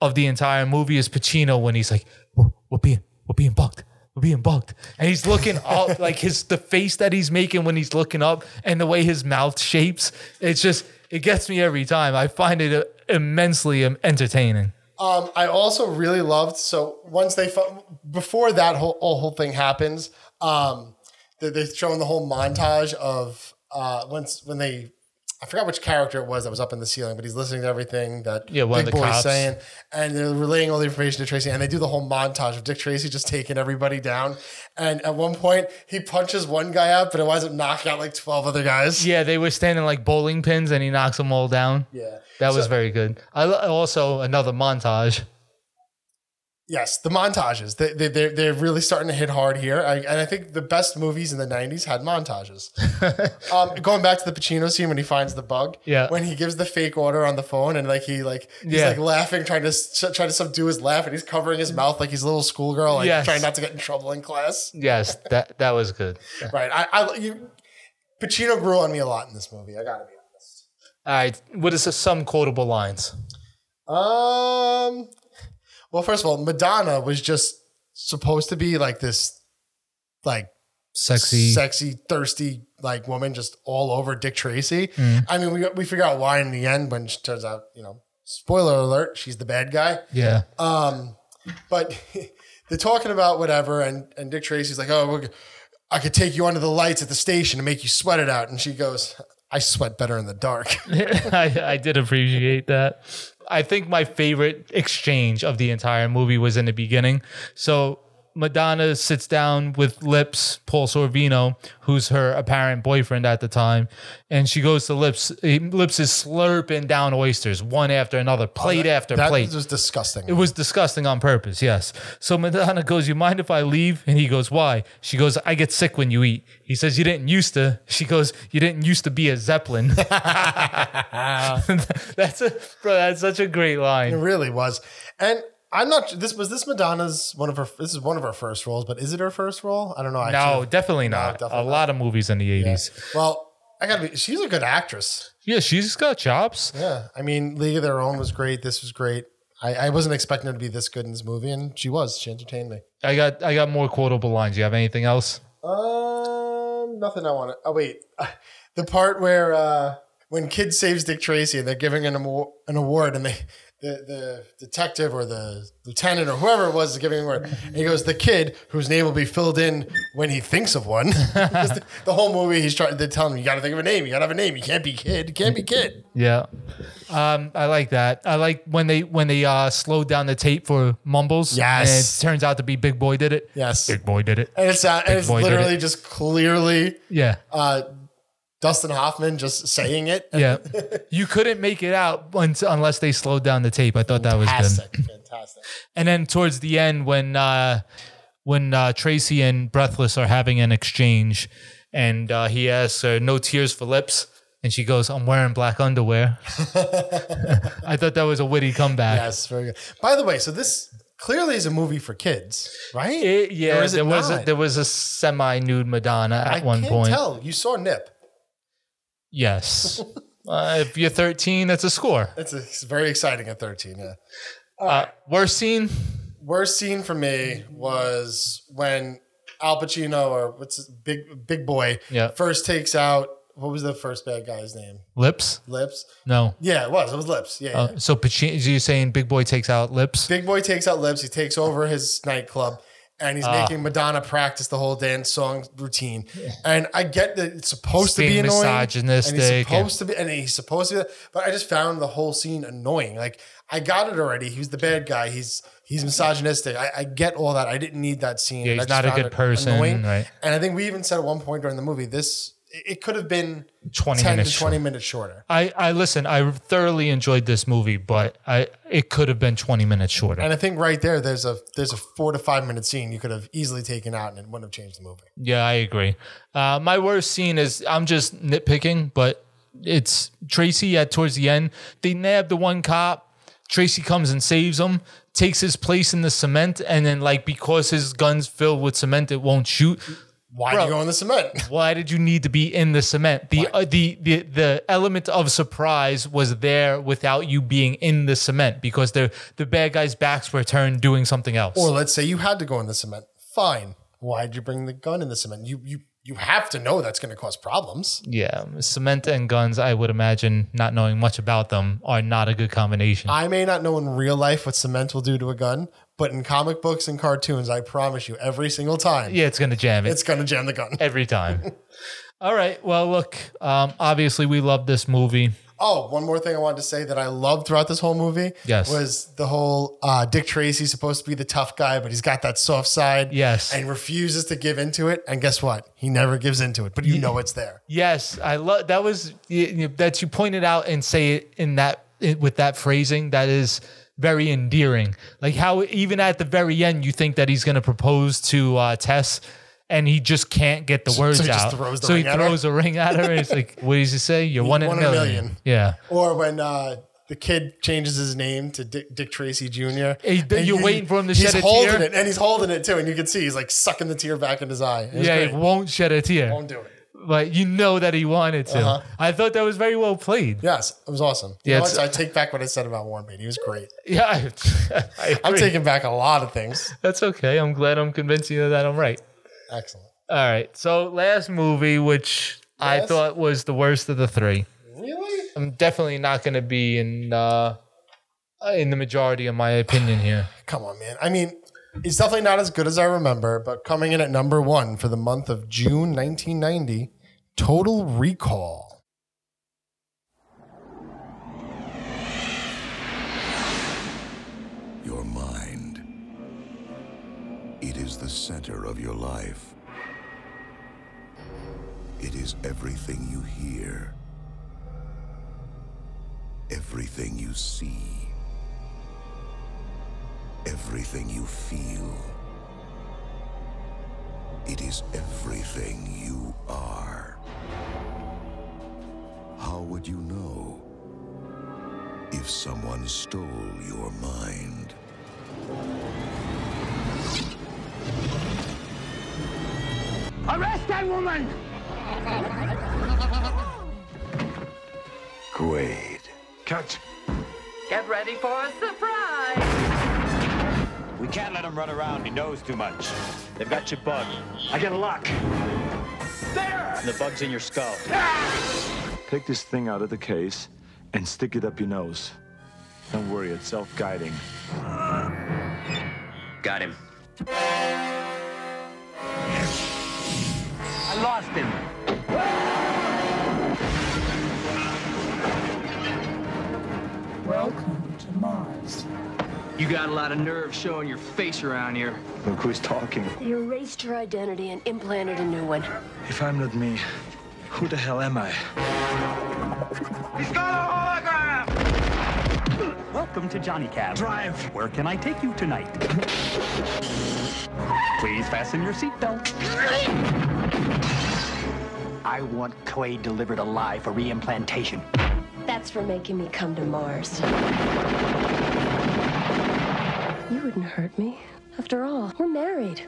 of the entire movie is Pacino when he's like, "We're, we're being we're being bugged." We're being bugged, and he's looking up like his the face that he's making when he's looking up, and the way his mouth shapes. It's just it gets me every time. I find it uh, immensely um, entertaining. Um, I also really loved. So once they fo- before that whole whole whole thing happens, um, they, they're showing the whole montage of uh, once when they. I forgot which character it was that was up in the ceiling, but he's listening to everything that Yeah, one of Big the Boy's cops. saying, and they're relaying all the information to Tracy, and they do the whole montage of Dick Tracy just taking everybody down. And at one point, he punches one guy out, but it winds up knocking out like twelve other guys. Yeah, they were standing like bowling pins, and he knocks them all down. Yeah. That was very good. I lo- also another montage. Yes, the montages. They, they, they're, they're really starting to hit hard here. I, and I think the best movies in the 90s had montages. um, going back to the Pacino scene when he finds the bug. Yeah. When he gives the fake order on the phone and like he like he's Yeah. like laughing, trying to s- trying to subdue his laugh, and he's covering his mouth like he's a little schoolgirl, like Yes. trying not to get in trouble in class. Yes, that that was good. Right. I, I you, Pacino grew on me a lot in this movie. I gotta be honest. All right, what is the, some quotable lines? Um. Well, first of all, Madonna was just supposed to be like this, like Sexy. sexy, thirsty like woman just all over Dick Tracy. Mm. I mean, we we figure out why in the end when she turns out, you know, spoiler alert, she's the bad guy. Yeah. Um, but they're talking about whatever, and and Dick Tracy's like, oh, we're, I could take you under the lights at the station and make you sweat it out, and she goes, I sweat better in the dark. I, I did appreciate that. I think my favorite exchange of the entire movie was in the beginning. So Madonna sits down with Lips, Paul Sorvino, who's her apparent boyfriend at the time, and she goes to Lips. Lips is slurping down oysters one after another, plate after that plate. was disgusting. It was disgusting on purpose, yes. So Madonna goes, You mind if I leave? And he goes, Why? She goes, I get sick when you eat. He says, You didn't used to. She goes, You didn't used to be a Zeppelin. that's a bro, that's such a great It line. really was. And I'm not. This was this Madonna's one of her. This is one of her first roles, but is it her first role? I don't know. I No, should- definitely not. definitely a not. lot of movies in the eighties. Well, I gotta be. She's a good actress. Yeah. she's got chops. Yeah, I mean, League of Their Own was great. This was great. I, I wasn't expecting her to be this good in this movie, and she was. She entertained me. I got I got more quotable lines. You have anything else? Um, nothing I want to. Oh wait, the part where uh, when kid saves Dick Tracy and they're giving an award, an award, and they the the detective or the lieutenant or whoever it was is giving an award, and he goes, "The kid whose name will be filled in when he thinks of one." 'Cause the, the whole movie, he's trying. They're telling him, "You got to think of a name. You got to have a name. You can't be kid. You can't be kid." Yeah. Um, I like that. I like when they when they uh slowed down the tape for mumbles. And it Yes. turns out to be Big Boy did it. Yes, Big Boy did it. and it's uh, Big and it's boy did literally it. just clearly Yeah. uh, Dustin Hoffman just saying it. Yeah. you couldn't make it out once, unless they slowed down the tape. I thought that was good. Fantastic. Fantastic. And then towards the end, when uh, when uh, Tracy and Breathless are having an exchange, and uh, he asks her, "No tears for lips," and she goes, "I'm wearing black underwear." I thought that was a witty comeback. Yes, very good. By the way, so this clearly is a movie for kids, right? It- yeah, Or is it there was a, not? there was a semi nude Madonna at I one can't point. tell. You saw Nip. Yes. Uh, if you're 13, that's a score. It's, a, it's very exciting at 13. Yeah. Uh, worst scene? Worst scene for me was when Al Pacino or what's his, big big boy Yeah. first takes out what was the first bad guy's name? Lips? Lips. No. Yeah, it was. It was Lips. Yeah. yeah. Uh, so Pacino, you're saying Big Boy takes out Lips? Big Boy takes out Lips. He takes over his nightclub and he's Ah. making Madonna practice the whole dance song routine. And I get that it's supposed to Being be annoying. misogynistic And and- he's supposed to be, and he's supposed to be, but I just found the whole scene annoying. Like, I got it already. He was the bad guy. He's he's misogynistic. I, I get all that. I didn't need that scene. Yeah, I he's just not a found good it person, right. And I think we even said at one point during the movie, this, it it could have been 20 10 minutes to 20 minutes shorter. I, I listen, I thoroughly enjoyed this movie, but I it could have been 20 minutes shorter. And I think right there, there's a there's a four to five minute scene you could have easily taken out and it wouldn't have changed the movie. Yeah, I agree. Uh, my worst scene is I'm just nitpicking, but it's Tracy at towards the end. They nab the one cop. Tracy comes and saves him, takes his place in the cement, and then like because his gun's filled with cement, it won't shoot. Why Bro. do you go in the cement? Why did you need to be in the cement? The uh, the the the element of surprise was there without you being in the cement because the the bad guys' backs were turned doing something else. Or let's say you had to go in the cement. Fine. Why'd you bring the gun in the cement? You you you have to know that's going to cause problems. Yeah, cement and guns, I would imagine, not knowing much about them, are not a good combination. I may not know in real life what cement will do to a gun, but in comic books and cartoons, I promise you, every single time, yeah, it's going to jam it it's going to jam the gun. every time. All right. Well, look, um, obviously, we love this movie. Oh, one more thing I wanted to say that I loved throughout this whole movie Yes. was the whole uh, Dick Tracy's supposed to be the tough guy, but he's got that soft side. Yes. And refuses to give into it. And guess what? He never gives into it, but you know it's there. Yes, I love that was y- y- that you pointed out and say it in that it, with that phrasing that is very endearing. Like how even at the very end you think that he's going to propose to uh, Tess and he just can't get the words he just out. throws the so ring he at her? throws a ring at her and it's like what does he say? You're one in one a in a million. million. Yeah. Or when uh, the kid changes his name to Dick, Dick Tracy Jr. Hey, and you're you- waiting for him to he's shed a holding tear? it, and he's holding it too, and you can see he's like sucking the tear back in his eye. It was yeah, great. he won't shed a tear. won't do it. But you know that he wanted to. Uh-huh. I thought that was very well played. Yes, it was awesome. You Yeah, know it's- what? I take back what I said about Warren Beatty. He was great. Yeah, I, I I'm agree. taking back a lot of things. That's okay. I'm glad I'm convincing you that I'm right. Excellent. All right. So last movie, which I Yes? thought was the worst of the three. Really? I'm definitely not going to be in uh, in the majority of my opinion here. Come on, man. I mean, it's definitely not as good as I remember, but coming in at number one for the month of June 1990, Total Recall. Your mind. It is the center of your life. It is everything you hear, everything you see, everything you feel. It is everything you are. How would you know if someone stole your mind? Arrest that woman! Quaid. Cut. Get ready for a surprise! We can't let him run around. He knows too much. They've got your bug. I got a lock. There! the bug's in your skull. Take this thing out of the case and stick it up your nose. Don't worry, it's self-guiding. Got him. I lost him. Welcome to Mars. You got a lot of nerve showing your face around here. Look who's talking. They erased her identity and implanted a new one. If I'm not me, Who the hell am I? He's got a hologram! Welcome to Johnny Cab. Drive! Where can I take you tonight? Please fasten your seatbelt. I want Quaid delivered alive for reimplantation. That's for making me come to Mars. You wouldn't hurt me. After all, we're married.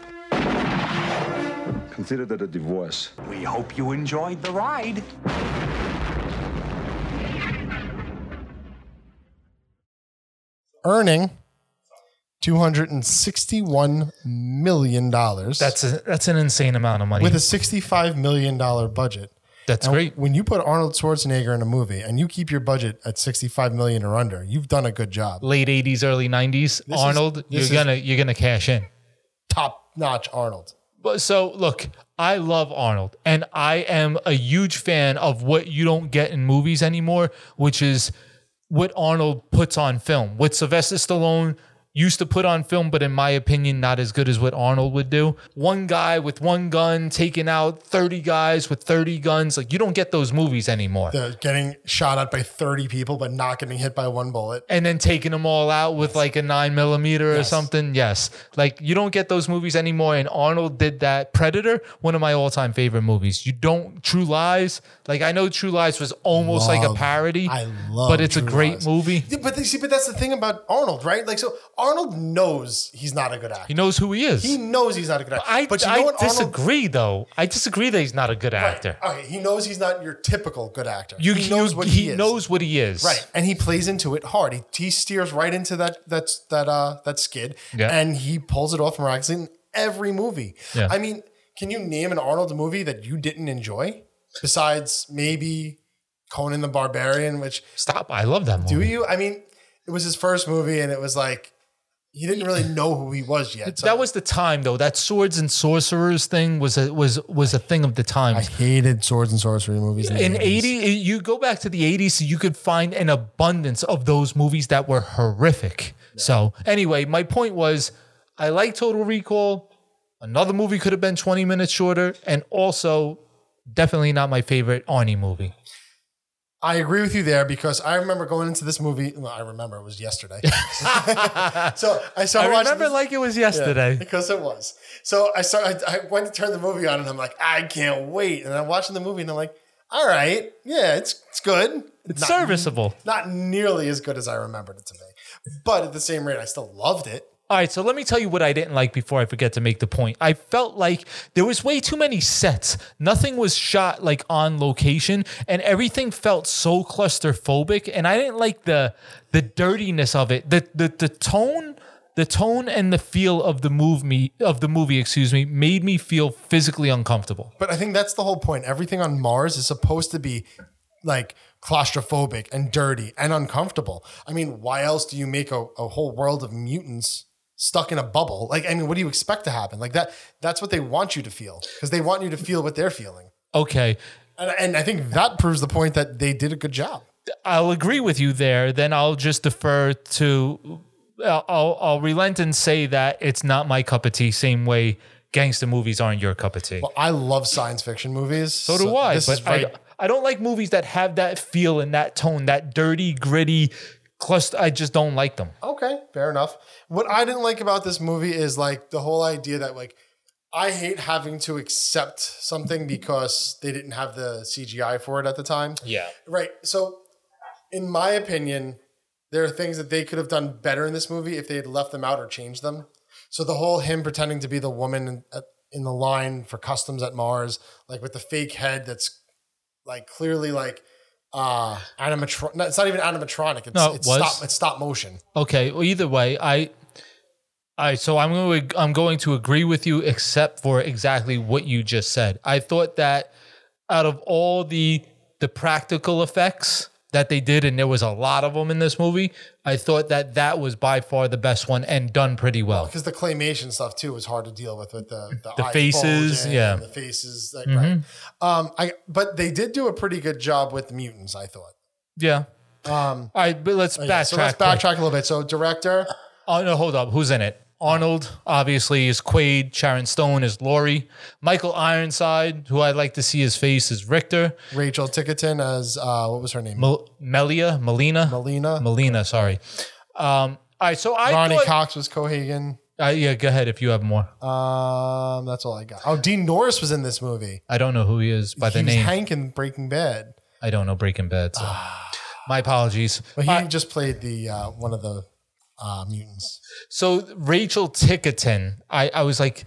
Consider that a divorce. We hope you enjoyed the ride. earning two hundred and sixty-one million dollars. That's a, that's an insane amount of money. with a sixty-five million dollar budget. That's And great. When you put Arnold Schwarzenegger in a movie and you keep your budget at sixty-five million or under, you've done a good job. Late '80s, early '90s. This is- Arnold, this you're is- gonna you're gonna cash in. Top-notch Arnold. But so look, I love Arnold, and I am a huge fan of what you don't get in movies anymore, which is what Arnold puts on film. What Sylvester Stallone used to put on film, but in my opinion, not as good as what Arnold would do. One guy with one gun taking out 30 guys with 30 guns. Like you don't get those movies anymore. The getting shot at by thirty people, but not getting hit by one bullet. and then taking them all out with like a nine millimeter or Yes. something. Yes. Like you don't get those movies anymore. And Arnold did that. Predator, one of my all time favorite movies. You don't, True Lies. Like I know True Lies was almost like a Love- parody, I love but it's a True great Lies. movie. Yeah, but they, see, but that's the thing about Arnold, right? Like, so Arnold knows he's not a good actor. He knows who he is. He knows he's not a good actor. I, but you know I what, Arnold? disagree though. I disagree that he's not a good actor. Okay, he knows he's not your typical good actor. You, he knows you- what he, he, is. knows what he is. Right, and he plays into it hard. He, he steers right into that that that uh that skid, Yeah. and he pulls it off miraculously in every movie. Yeah. I mean, can you name an Arnold movie that you didn't enjoy besides maybe Conan the Barbarian? Which Stop. I love that movie. do you? I mean, it was his first movie, and it was like he didn't really know who he was yet. So That was the time though. That swords and sorcerers thing was a was was a thing of the times. I hated swords and sorcery movies in, the in 80s. 80 you go back to the 80s you could find an abundance of those movies that were horrific so anyway my point was i like total recall another movie could have been 20 minutes shorter and also definitely not my favorite arnie movie I agree with you there because I remember going into this movie. Well, I remember it was yesterday. so I started. i watching remember this- like it was Yeah, yesterday because it was. So I started. I I went to turn the movie on, and I'm like, I can't wait. And I'm watching the movie, and I'm like, all right, yeah, it's it's good. it's Not- serviceable Not nearly as good as I remembered it to be, but at the same rate, I still loved it. All right, so let me tell you what I didn't like before I forget to make the point. I felt like there was way too many sets. Nothing was shot like on location and everything felt so claustrophobic and I didn't like the the dirtiness of it. The the the tone the tone and the feel of the movie of the movie, excuse me, made me feel physically uncomfortable. But I think that's the whole point. Everything on Mars is supposed to be like claustrophobic and dirty and uncomfortable. I mean, why else do you make a, a whole world of mutants stuck in a bubble? Like, I mean, what do you expect to happen? Like that that's what they want you to feel. Because they want you to feel what they're feeling. Okay. And, and I think that proves the point that they did a good job. I'll agree with you there. Then I'll just defer to. I'll, I'll, I'll relent and say that it's not my cup of tea. Same way gangster movies aren't your cup of tea. Well, I love science fiction movies. so do I. This But is right. I, I don't like movies that have that feel and that tone, that dirty, gritty cluster. I just don't like them. okay, fair enough. What I didn't like about this movie is like the whole idea that like I hate having to accept something because they didn't have the CGI for it at the time. Yeah. Right. So, in my opinion, there are things that they could have done better in this movie if they had left them out or changed them. So the whole him pretending to be the woman in, at, in the line for customs at Mars, like with the fake head that's like clearly like uh animatronic. No, it's not even animatronic. It's, No, it it's was. stop. It's stop motion. Okay. Well, either way, I. All right, so I'm going to I'm going to agree with you, except for exactly what you just said. I thought that out of all the the practical effects that they did, and there was a lot of them in this movie, I thought that that was by far the best one and done pretty well. because the claymation stuff too was hard to deal with with the the, The eyes faces, bulging yeah. and the faces, like, Mhm. right? Um, I but they did do a pretty good job with mutants, I thought. Yeah. Um, All right, but let's oh, backtrack. yeah, so let's quick. backtrack a little bit. So director, Oh no, hold up. Who's in it? Arnold, obviously, is Quaid. Sharon Stone is Laurie. Michael Ironside, who I'd like to see his face, is Richter. Rachel Tickerton as uh, what was her name? Mel- Melia, Melina, Melina, Melina. Sorry. Um, all right, so I Ronnie Uh, thought- Cox was Cohagen. Uh, yeah, go ahead if you have more. Um, that's all I got. Oh, Dean Norris was in this movie. I don't know who he is by the he was name. Hank in Breaking Bad, I don't know Breaking Bad. So. My apologies. Ah. but he just played the uh, one of the uh, mutants. So Rachel Tickerton, I, I was like,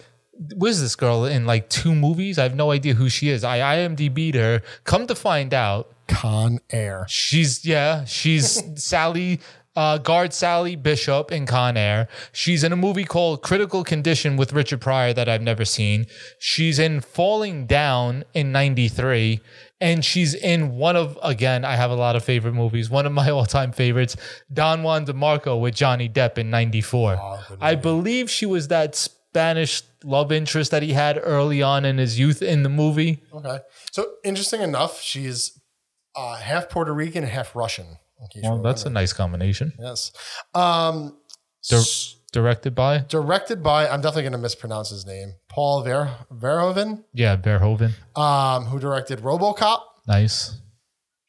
where's this girl in like two movies? I have no idea who she is. I IMDb'd her. Come to find out, Con Air. she's yeah, she's Sally. Uh, guard Sally Bishop in Con Air. She's in a movie called Critical Condition with Richard Pryor that I've never seen. She's in Falling Down in 93. And she's in one of, again, I have a lot of favorite movies. One of my all time favorites, Don Juan DeMarco with Johnny Depp in 94. I believe she was that Spanish love interest that he had early on in his youth in the movie. Okay, so interesting enough, she's uh, half Puerto Rican, and half Russian. in case you Well, that's a nice combination. Yes. Um, Dir- directed by? directed by, I'm definitely going to mispronounce his name, Paul Ver- Verhoeven, Yeah, Verhoeven. um, who directed Robocop, Nice.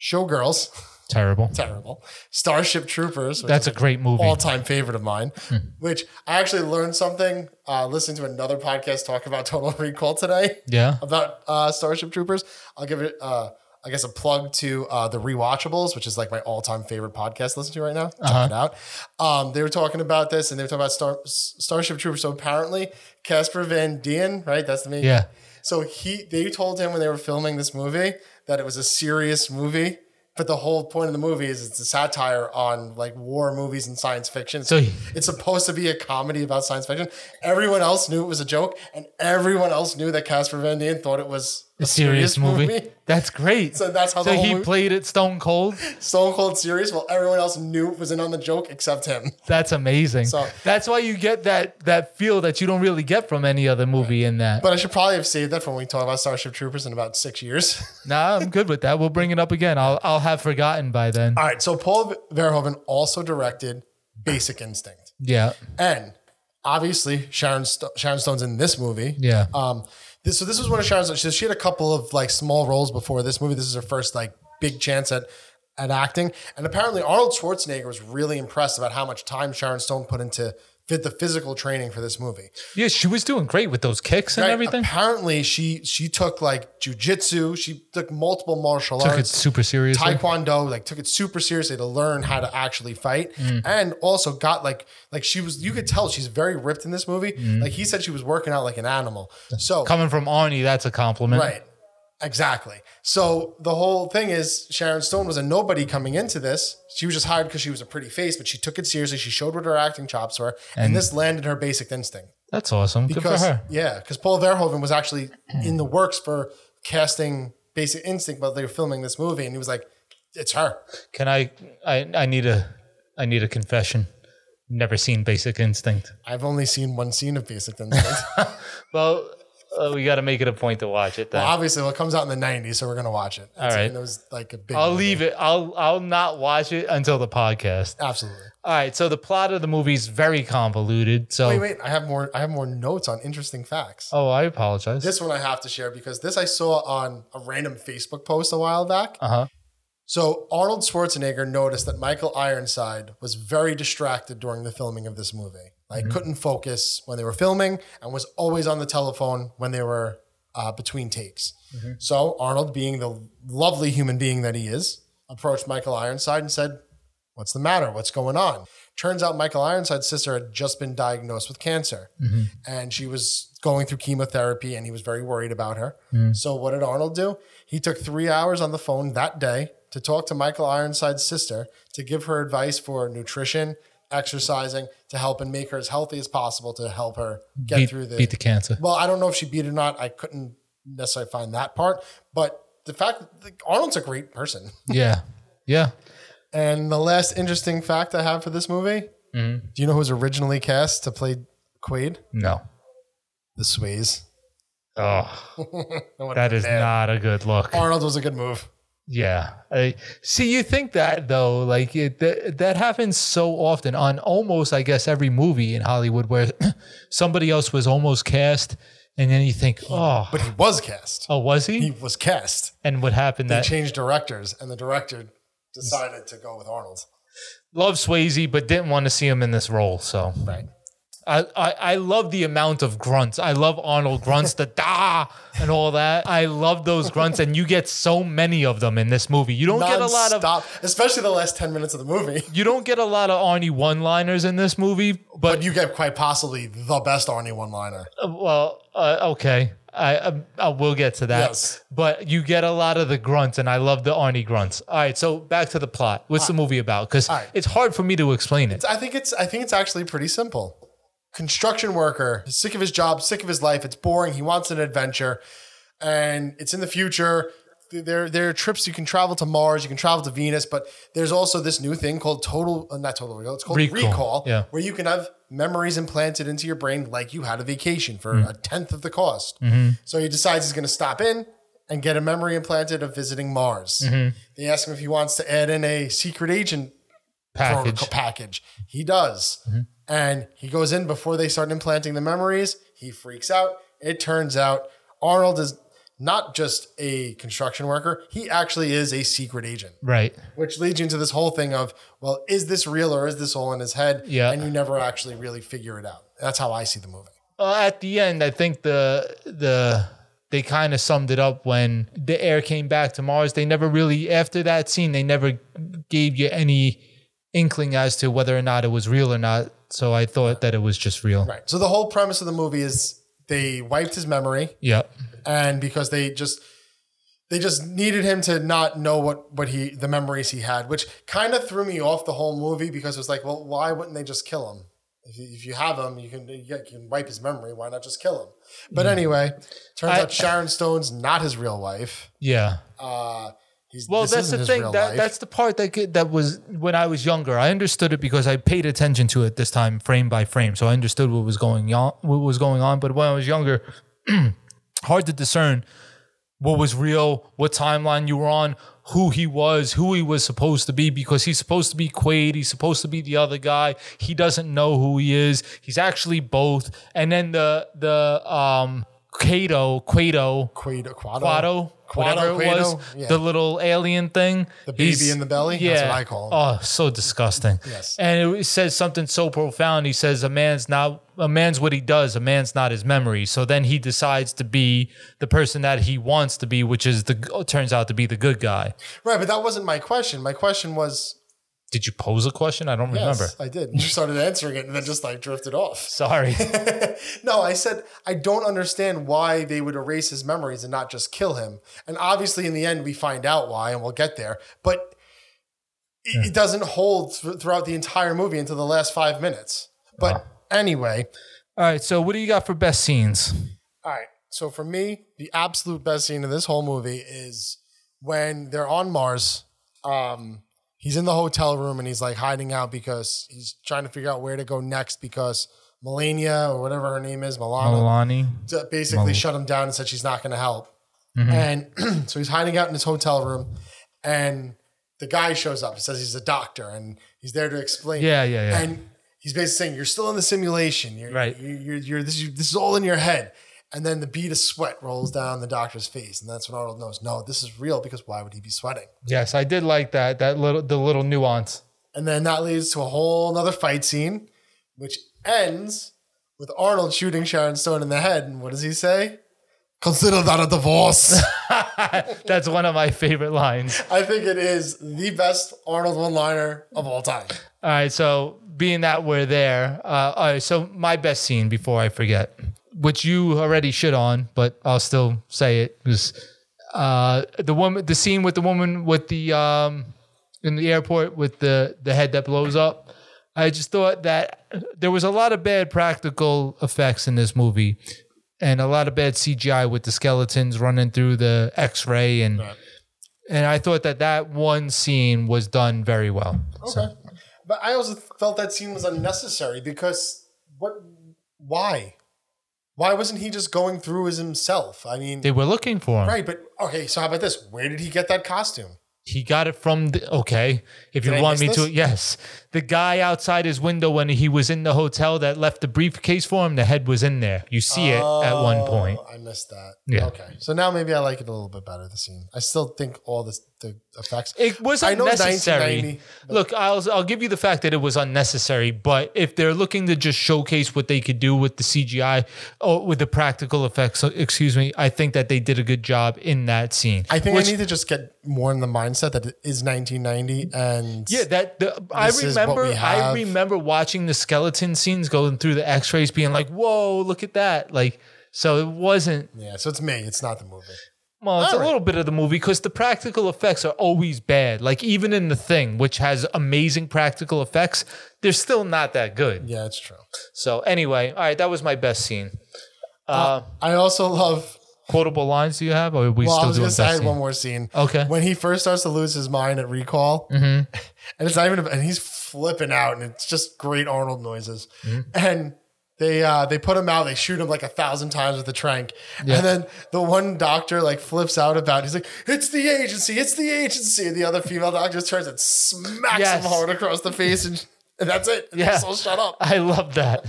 Showgirls, Terrible. terrible, Starship Troopers. which That's is a great movie. Hmm. All time favorite of mine, which I actually learned something uh, listening to another podcast talk about Total Recall today. Yeah. About uh, Starship Troopers. I'll give it, uh, I guess, a plug to uh, The Rewatchables, which is like my all time favorite podcast to listen to right now. Check Uh-huh. it out. Um, they were talking about this and they were talking about Star- S- Starship Troopers. So apparently, Casper Van Dien, right? That's the main. Yeah. So he, they told him when they were filming this movie that it was a serious movie. But the whole point of the movie is it's a satire on like war movies and science fiction. So he- it's supposed to be a comedy about science fiction. Everyone else knew it was a joke, and everyone else knew that Casper Van Dien thought it was A serious movie. That's great. So that's how so the whole he movie, played it stone cold. Stone Cold serious, while everyone else knew it was in on the joke except him. That's amazing. So- that's why you get that that feel that you don't really get from any other movie in that. But I should probably have saved that for when we talk about Starship Troopers in about six years. nah, I'm good with that. We'll bring it up again. I'll I'll have forgotten by then. All right, so Paul Verhoeven also directed Basic Instinct, Yeah. and obviously Sharon Sto- Sharon Stone's in this movie. Yeah. Um, this, so this was one of Sharon's. So she had a couple of like small roles before this movie. This is her first like big chance at at acting. And apparently Arnold Schwarzenegger was really impressed about how much time Sharon Stone put into fit the physical training for this movie. Yeah, she was doing great with those kicks and Right? everything. Apparently she she took like jujitsu. She took multiple martial Took it arts. super seriously. Taekwondo, like took it super seriously to learn how to actually fight, Mm. and also got like like she was. You could tell she's very ripped in this movie. Mm. Like he said, she was working out like an animal. So Coming from Arnie, that's a compliment. Right. Exactly. So the whole thing is Sharon Stone was a nobody coming into this. She was just hired because she was a pretty face, but she took it seriously. She showed what her acting chops were, and, And- this landed her basic instinct. That's awesome. good Because for her. yeah, because Paul Verhoeven was actually in the works for casting Basic Instinct while they were filming this movie, and he was like, "It's her." Can I, I I need a I need a confession. Never seen Basic Instinct. I've only seen one scene of Basic Instinct. Well, uh, we got to make it a point to watch it then. well, obviously, well, it comes out in the '90s, so we're gonna watch it. All right. and it was like a big. I'll movie. leave it. I'll I'll not watch it until the podcast. Absolutely. All right. So the plot of the movie is very convoluted. So Wait, wait. I have more. I have more notes on interesting facts. oh, I apologize. This one I have to share because this I saw on a random Facebook post a while back. uh huh. So Arnold Schwarzenegger noticed that Michael Ironside was very distracted during the filming of this movie. Like Mhm. couldn't focus when they were filming and was always on the telephone when they were uh, between takes. Mhm. So Arnold, being the lovely human being that he is, approached Michael Ironside and said, "What's the matter? What's going on?" Turns out Michael Ironside's sister had just been diagnosed with cancer Mm-hmm. and she was going through chemotherapy and he was very worried about her. Mm. So what did Arnold do? He took 3 hours on the phone that day to talk to Michael Ironside's sister to give her advice for nutrition, exercising to help and make her as healthy as possible to help her get Beat- through the beat the cancer. Well, I don't know if she beat it or not. I couldn't necessarily find that part, but the fact that like, Arnold's a great person. Yeah. Yeah. And the last interesting fact I have for this movie, Mhm. do you know who was originally cast to play Quaid? No. The Sways. Oh, That would've that been is bad. not a good look. Arnold was a good move. Yeah. I, see, you think that though, like it, that, that happens so often on almost, I guess, every movie in Hollywood where somebody else was almost cast, and then you think, oh, but he was cast. Oh, was he? He was cast. And what happened? They that changed directors, and the director decided to go with Arnold. loved Swayze, but didn't want to see him in this role. So right. I, I, I love the amount of grunts. I love Arnold grunts, the da and all that. I love those grunts, and you get so many of them in this movie. You don't get a lot of Stop, especially the last ten minutes of the movie. you don't get a lot of Arnie one liners in this movie, but, But you get quite possibly the best Arnie one-liner. Uh, well, uh, okay. I, I I will get to that. Yes. But you get a lot of the grunts, and I love the Arnie grunts. All right, so back to the plot. What's the movie about? Because All right. it's hard for me to explain it. I think it's I think it's actually pretty simple. Construction worker, is sick of his job, sick of his life. It's boring. He wants an adventure, and it's in the future. There, there are trips you can travel to Mars, you can travel to Venus, but there's also this new thing called total, uh, not total recall, it's called Recall, recall, yeah. where you can have memories implanted into your brain like you had a vacation for Mm. a tenth of the cost. Mhm. So he decides he's going to stop in and get a memory implanted of visiting Mars. Mhm. They ask him if he wants to add in a secret agent Package. Mm-hmm. protocol package. He does. And he goes in before they start implanting the memories. He freaks out. It turns out Arnold is not just a construction worker, he actually is a secret agent, Right. which leads you into this whole thing of, well, is this real or is this all in his head? Yeah. And you never actually really figure it out. That's how I see the movie. Uh, at the end, I think the the they kind of summed it up when the air came back to Mars. They never really after that scene they never gave you any inkling as to whether or not it was real or not. So I thought that it was just real. Right. So the whole premise of the movie is they wiped his memory. Yeah. and because they just they just needed him to not know what what he the memories he had, which kind of threw me off the whole movie because it was like, well, why wouldn't they just kill him? If you, if you have him, you can you can wipe his memory. Why not just kill him? But Mm. anyway, turns I- out Sharon Stone's not his real wife. Yeah. Uh, he's Well, this that's isn't the his thing. real That, life. that's the part that get- that was when I was younger. I understood it because I paid attention to it this time, frame by frame. So I understood what was going on. What was going on. But when I was younger, hard to discern what was real, what timeline you were on, who he was, who he was supposed to be, because he's supposed to be Quaid, he's supposed to be the other guy. He doesn't know who he is. He's actually both. And then the the um Kato, Quato, Quaid Quado. Quado, whatever it Quado, was, yeah. the little alien thing. The baby in the belly? That's what I call him. Oh, so disgusting. Yes. And it says something so profound. He says, "A man's not a man's what he does. A man's not his memory." So then he decides to be the person that he wants to be, which is the turns out to be the good guy. right, but that wasn't my question. My question was Did you pose a question? I don't Yes, remember. I did. You started answering it and then just like drifted off. Sorry. no, I said I don't understand why they would erase his memories and not just kill him. And obviously, in the end, we find out why, and we'll get there. But it, it doesn't hold th- throughout the entire movie until the last five minutes. But anyway, All right. So what do you got for best scenes? all right. So for me, the absolute best scene of this whole movie is when they're on Mars. Um, he's in the hotel room and he's like hiding out because he's trying to figure out where to go next because Melania or whatever her name is, Milana, Milani. d- basically Mel- shut him down and said she's not going to help. Mhm. And so he's hiding out in his hotel room, and the guy shows up. He says he's a doctor and he's there to explain. Yeah, yeah, yeah. And he's basically saying you're still in the simulation. You're, Right. You're, you're, you're this. You, this is all in your head. And then the bead of sweat rolls down the doctor's face, and that's when Arnold knows, no, this is real because why would he be sweating? Yes, I did like that. That little the little nuance. And then that leads to a whole nother fight scene, which ends with Arnold shooting Sharon Stone in the head. And what does he say? Consider that a divorce. That's one of my favorite lines. I think it is the best Arnold one liner of all time. All right, so being that we're there, uh, all right, so my best scene before I forget, which you already shit on, but I'll still say it was uh, the woman, the scene with the woman with the um, in the airport with the the head that blows up. I just thought that there was a lot of bad practical effects in this movie, and a lot of bad CGI with the skeletons running through the X-ray, and and I thought that that one scene was done very well. Okay. But I also felt that scene was unnecessary because what? Why? Why wasn't he just going through as himself? I mean, They were looking for him. right, but okay. So how about this? Where did he get that costume? He got it from the okay. If you Did I want me miss to, this? yes. The guy outside his window when he was in the hotel that left the briefcase for him, the head was in there. You see it at Oh. one point. I missed that. Yeah. Okay. So now maybe I like it a little bit better. The scene. I still think all this, the effects. It wasn't I know necessary. 1990 Look, I'll I'll give you the fact that it was unnecessary, but if they're looking to just showcase what they could do with the CGI or with the practical effects, excuse me, I think that they did a good job in that scene. I think Which- I need to just get more in the mindset that it is 1990 and Yeah, that the, I This is what remember. we I have. remember watching the skeleton scenes going through the X-rays, being like, "Whoa, look at that!" Like, so it wasn't. yeah. So it's me. It's not the movie. Well, it's All a right. little bit of the movie because the practical effects are always bad. Like even in the thing, which has amazing practical effects, they're still not that good. Yeah, it's true. So anyway, all right, that was my best scene. Uh, I also love. quotable lines. Do you have? Or are we well, I still was doing gonna best say I had scene? one more scene. Okay. When he first starts to lose his mind at recall, Mhm. and it's not even, and he's flipping out, and it's just great Arnold noises. Mm-hmm. And they uh, they put him out. They shoot him like a thousand times with a trank, Yeah. and then the one doctor like flips out about. It. He's like, "It's the agency! It's the agency!" And the other female doctor just turns and smacks Yes. him hard across the face, and, and that's it. And Yeah. yeah. So shut up. I love that.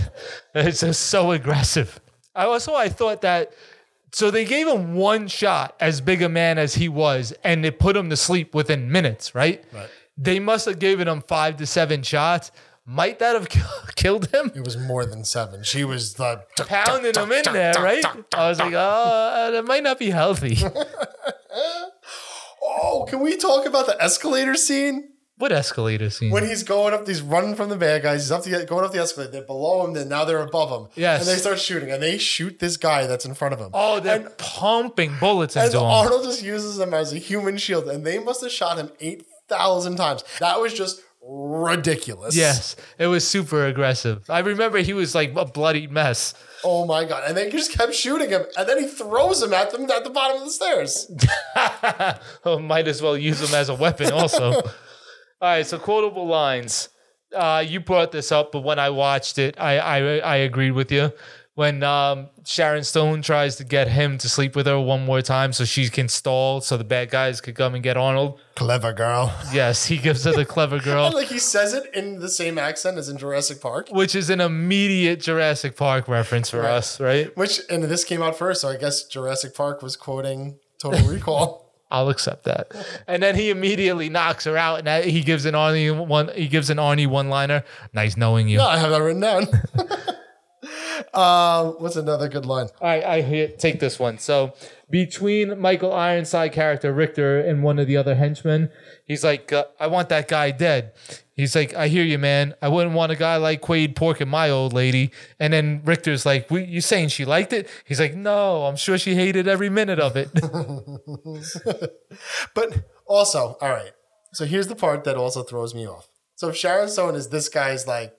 It's just so aggressive. I also I thought that so they gave him one shot as big a man as he was, and it put him to sleep within minutes, right? Right. They must have given him five to seven shots. Might that have killed him? It was more than seven. She was the Pounding him in there, right? I was like, oh, that might not be healthy. Oh, can we talk about the escalator scene? What escalator scene? when he's going up, he's running from the bad guys. He's up the going up the escalator. They're below him. Then now they're above him. Yes. and they start shooting, and they shoot this guy that's in front of him. oh, they're pumping bullets and into him. Arnold just uses him as a human shield, and they must have shot him eight thousand times. That was just ridiculous. yes, it was super aggressive. I remember he was like a bloody mess. Oh my god! And they just kept shooting him, and then he throws him at them at the bottom of the stairs. oh, might as well use them as a weapon also. All right, so quotable lines. Uh, you brought this up, but when I watched it, I I, I agreed with you. When um, Sharon Stone tries to get him to sleep with her one more time so she can stall so the bad guys could come and get Arnold. Clever girl. Yes, he gives her the clever And girl, like he says it in the same accent as in Jurassic Park. which is an immediate Jurassic Park reference for Right. us, right? Which and this came out first, so I guess Jurassic Park was quoting Total Recall. I'll accept that. And then he immediately knocks her out and that- he gives an Arnie one he gives an Arnie one liner. Nice knowing you. No, I have that written down. uh, what's another good line? I, I hear- take this one. So between Michael Ironside character Richter and one of the other henchmen, he's like, uh, "I want that guy dead." He's like, "I hear you, man. I wouldn't want a guy like Quade porking my old lady." And then Richter's like, "We- "You saying she liked it?" He's like, "No, I'm sure she hated every minute of it." But also, all right. So here's the part that also throws me off. So if Sharon Stone is this guy's like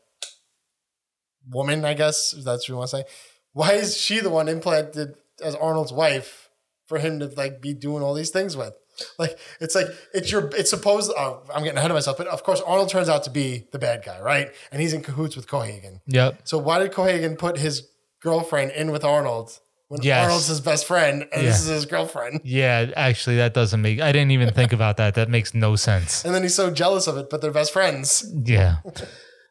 woman, I guess if that's what you want to say. Why is she the one implanted as Arnold's wife for him to like be doing all these things with? Like it's like it's your it's supposed. Oh, I'm getting ahead of myself, but of course Arnold turns out to be the bad guy, right? And he's in cahoots with Cohagen. yep. So why did Cohagen put his girlfriend in with Arnold when Yes. Arnold's his best friend and Yeah. this is his girlfriend? Yeah, actually, that doesn't make. I didn't even think about that. That makes no sense. And then he's so jealous of it, but they're best friends. Yeah.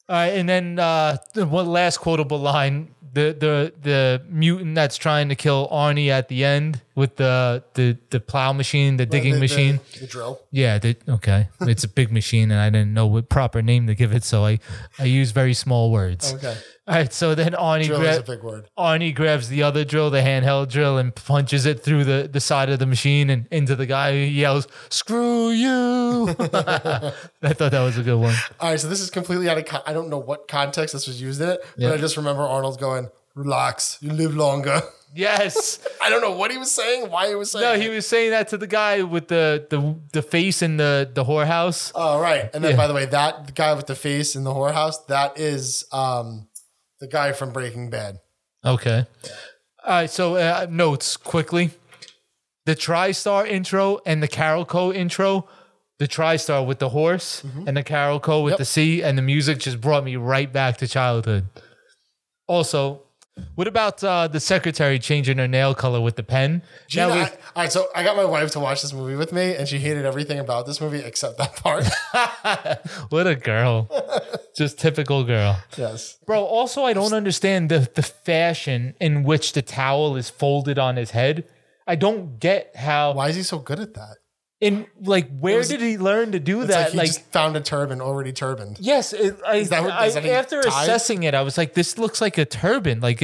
All right, and then uh, the one last quotable line: the the the mutant that's trying to kill Arnie at the end with the the the plow machine, the digging The- the- machine. The, drill. yeah, the, okay. It's a big machine, and I didn't know what proper name to give it, so I I use very small words. Okay. All right, so then Arnie Drill gra- is a big word. Arnie grabs the other drill, the handheld drill, and punches it through the, the side of the machine and into the guy who yells, Screw you. I thought that was a good one. All right, so this is completely out of con- I don't know what context this was used in it, Yeah. but I just remember Arnold going, "Relax, you live longer." Yes. I don't know what he was saying, why he was saying. No, it. he was saying that to the guy with the the, the face in the, the whorehouse. Oh, right. And then Yeah. by the way, that guy with the face in the whorehouse, that is um the guy from Breaking Bad. Okay. All right, so uh, notes quickly. The TriStar intro and the Carol Co intro. The TriStar with the horse and the Carol Co with Mm-hmm. Yep. the sea and the music just brought me right back to childhood. Also, What about uh, the secretary changing her nail color with the pen? Gina, Now we- I- all right, so I got my wife to watch this movie with me, and she hated everything about this movie except that part. what a girl. Just typical girl. yes. Bro, also I don't understand the the fashion in which the towel is folded on his head. I don't get how Why is he so good at that? in like where was- did he learn to do It's like that? he Like, just found a turban already turbaned. yes, it, I, Is that what- I- is that what he after tied? assessing it, I was like, this looks like a turban. Like,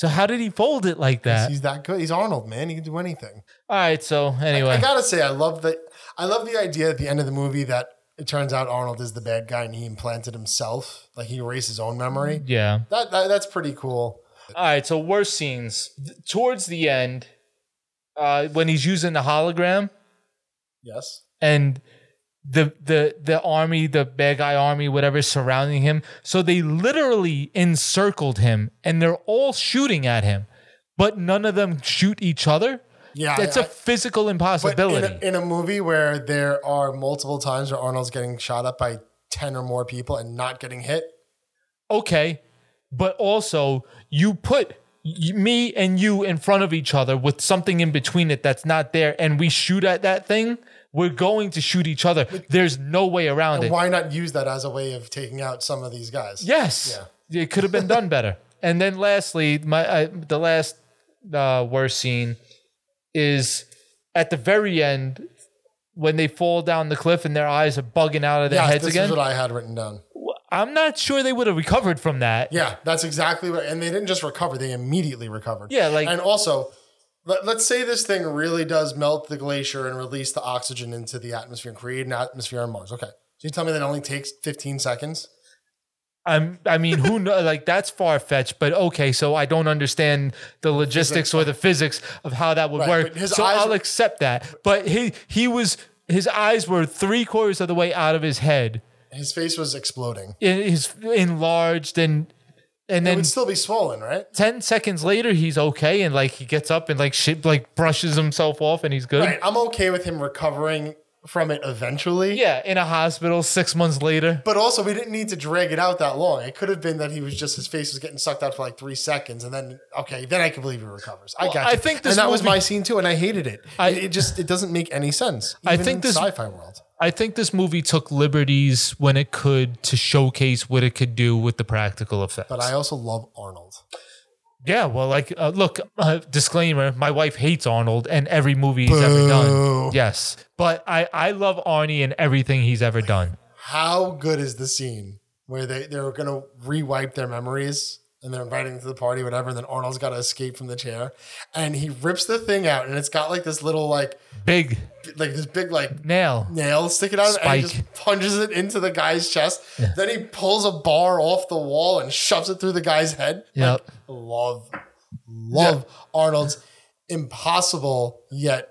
so how did he fold it like that? He's that good. He's Arnold, man. He can do anything. All right, so anyway, I gotta say, I love the I love the idea at the end of the movie that it turns out Arnold is the bad guy and he implanted himself. Like he erased his own memory. yeah. That, that that's pretty cool. All right, so worst scenes Th- towards the end, uh, when he's using the hologram Yes. and the the the army, the bad guy army, whatever, is surrounding him. So they literally encircled him, and they're all shooting at him, but none of them shoot each other. Yeah, that's I- a physical But in impossibility. a, in a movie where there are multiple times where Arnold's getting shot up by ten or more people and not getting hit. okay, but also you put y- me and you in front of each other with something in between it that's not there, and we shoot at that thing. We're going to shoot each other. There's no way around it. Why not use that as a way of taking out some of these guys? Yes, it could have been done better. and then lastly, my I, the last uh, worst scene is at the very end when they fall down the cliff and their eyes are bugging out of their Yes, heads this again. is what I had written down. I'm not sure they would have recovered from that. Yeah, that's exactly what. And they didn't just recover; they immediately recovered. Yeah, like- and also, let, let's say this thing really does melt the glacier and release the oxygen into the atmosphere and create an atmosphere on Mars. Okay, so you tell me that only takes 15 seconds? I'm. I mean, who know? Like that's far fetched, but okay. So I don't understand the logistics or the physics of how that would Right, work. but his so eyes- I'll accept that. But he he was his eyes were three quarters of the way out of his head. His face was exploding. It is enlarged and and it then would still be swollen, right? 10 seconds later he's okay and like he gets up and like shit like brushes himself off and he's good Right. I'm okay with him recovering from it eventually. yeah in a hospital six months later But also, we didn't need to drag it out that long. It could have been that he was just his face was getting sucked out for like three seconds, and then okay, then I can believe he recovers. I Well, got. I you. think this and that was movie- my scene too, and I hated it. I- it, it just it doesn't make any sense. I even think in this- sci-fi world. i think this movie took liberties when it could to showcase what it could do with the practical effects But I also love Arnold. yeah well like uh, look uh, disclaimer my wife hates arnold and every movie he's ever done yes but i i love arnie and everything he's ever done How good is the scene where they they're gonna rewipe their memories and they're inviting them to the party, whatever? And then Arnold's got to escape from the chair, and he rips the thing out, and it's got like this little like big like this big like nail nail sticking out of it, and he just Spike. punches it into the guy's chest. Then he pulls a bar off the wall and shoves it through the guy's head. yep Love, love Arnold's impossible yet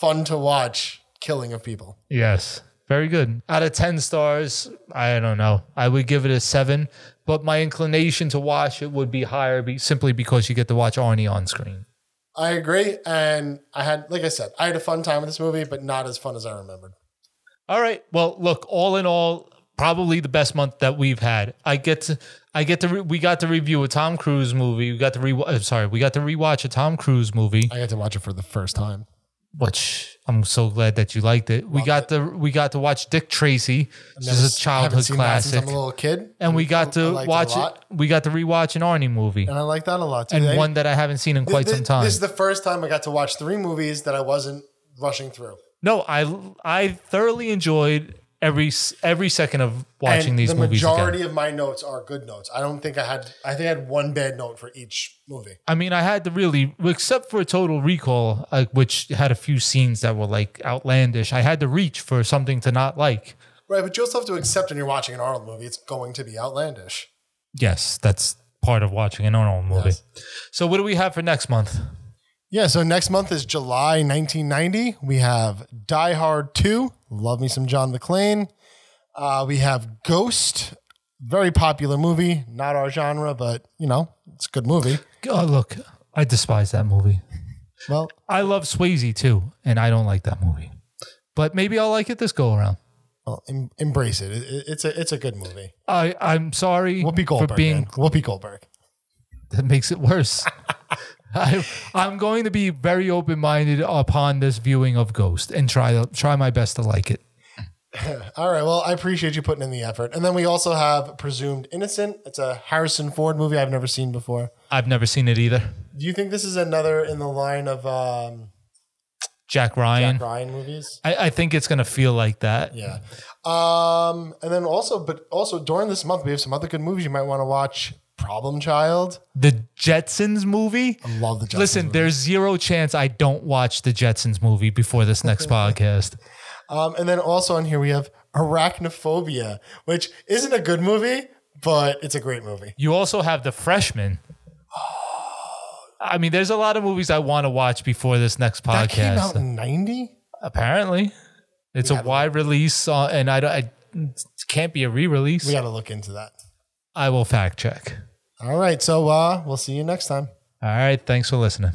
fun to watch killing of people. Yes. Very good. Out of 10 stars, I don't know. I would give it a seven, but my inclination to watch it would be higher be, simply because you get to watch Arnie on screen. I agree, and I had, like I said, I had a fun time with this movie, but not as fun as I remembered. All right. Well, look, all in all, probably the best month that we've had. I get to, I get to, re- we got to review a Tom Cruise movie. We got to re, I'm sorry, we got to rewatch a Tom Cruise movie, I got to watch it for the first time. which I'm so glad that you liked it. We got to, we got to watch Dick Tracy, which is a haven't childhood seen that since classic. I'm a little kid, And we got I to liked it a watch it, lot. We got to rewatch an Arnie movie. and I like that a lot. Too. and They- one that I haven't seen in thi- quite thi- some time. This is the first time I got to watch three movies that I wasn't rushing through. no, I I thoroughly enjoyed every s- every second of watching And these the movies. majority Again. of my notes are good notes. I don't think I had. I think I had one bad note for each movie. I mean, I had to really, except for Total Recall, uh, which had a few scenes that were like outlandish. I had to reach for something to not like. Right, but you also have to accept when you're watching an Arnold movie, it's going to be outlandish. Yes, that's part of watching an Arnold movie. So, what do we have for next month? Yeah. So next month is July 1990. We have Die Hard 2. Love me some John McClane. Uh, we have Ghost. Very popular movie, not our genre, but you know it's a good movie. Oh, look, I despise that movie. Well, I love Swayze too, and I don't like that movie. But maybe I'll like it this go around. well em- embrace it. It- it- It's a it's a good movie. I I'm sorry Whoopi Goldberg. for being man. Whoopi Goldberg. that makes it worse. I, I'm going to be very open minded upon this viewing of Ghost and try to try my best to like it. All right. Well, I appreciate you putting in the effort. And then we also have Presumed Innocent. It's a Harrison Ford movie I've never seen before. I've never seen it either. Do you think this is another in the line of um, Jack Ryan. Jack Ryan movies? I, I think it's going to feel like that. Yeah. Um, and then also, but also during this month, we have some other good movies you might want to watch. Problem Child. The Jetsons movie. I love the Jetsons Listen, movie. there's zero chance I don't watch the Jetsons movie before this next podcast. Um, and then also on here we have Arachnophobia, which isn't a good movie, but it's a great movie. You also have The Freshman. I mean, there's a lot of movies I want to watch before this next podcast. That came out in ninety. Apparently, it's a wide release, uh, and I, don't, I it can't be a re-release. We got to look into that. I will fact check. All right. So uh, we'll see you next time. All right. Thanks for listening.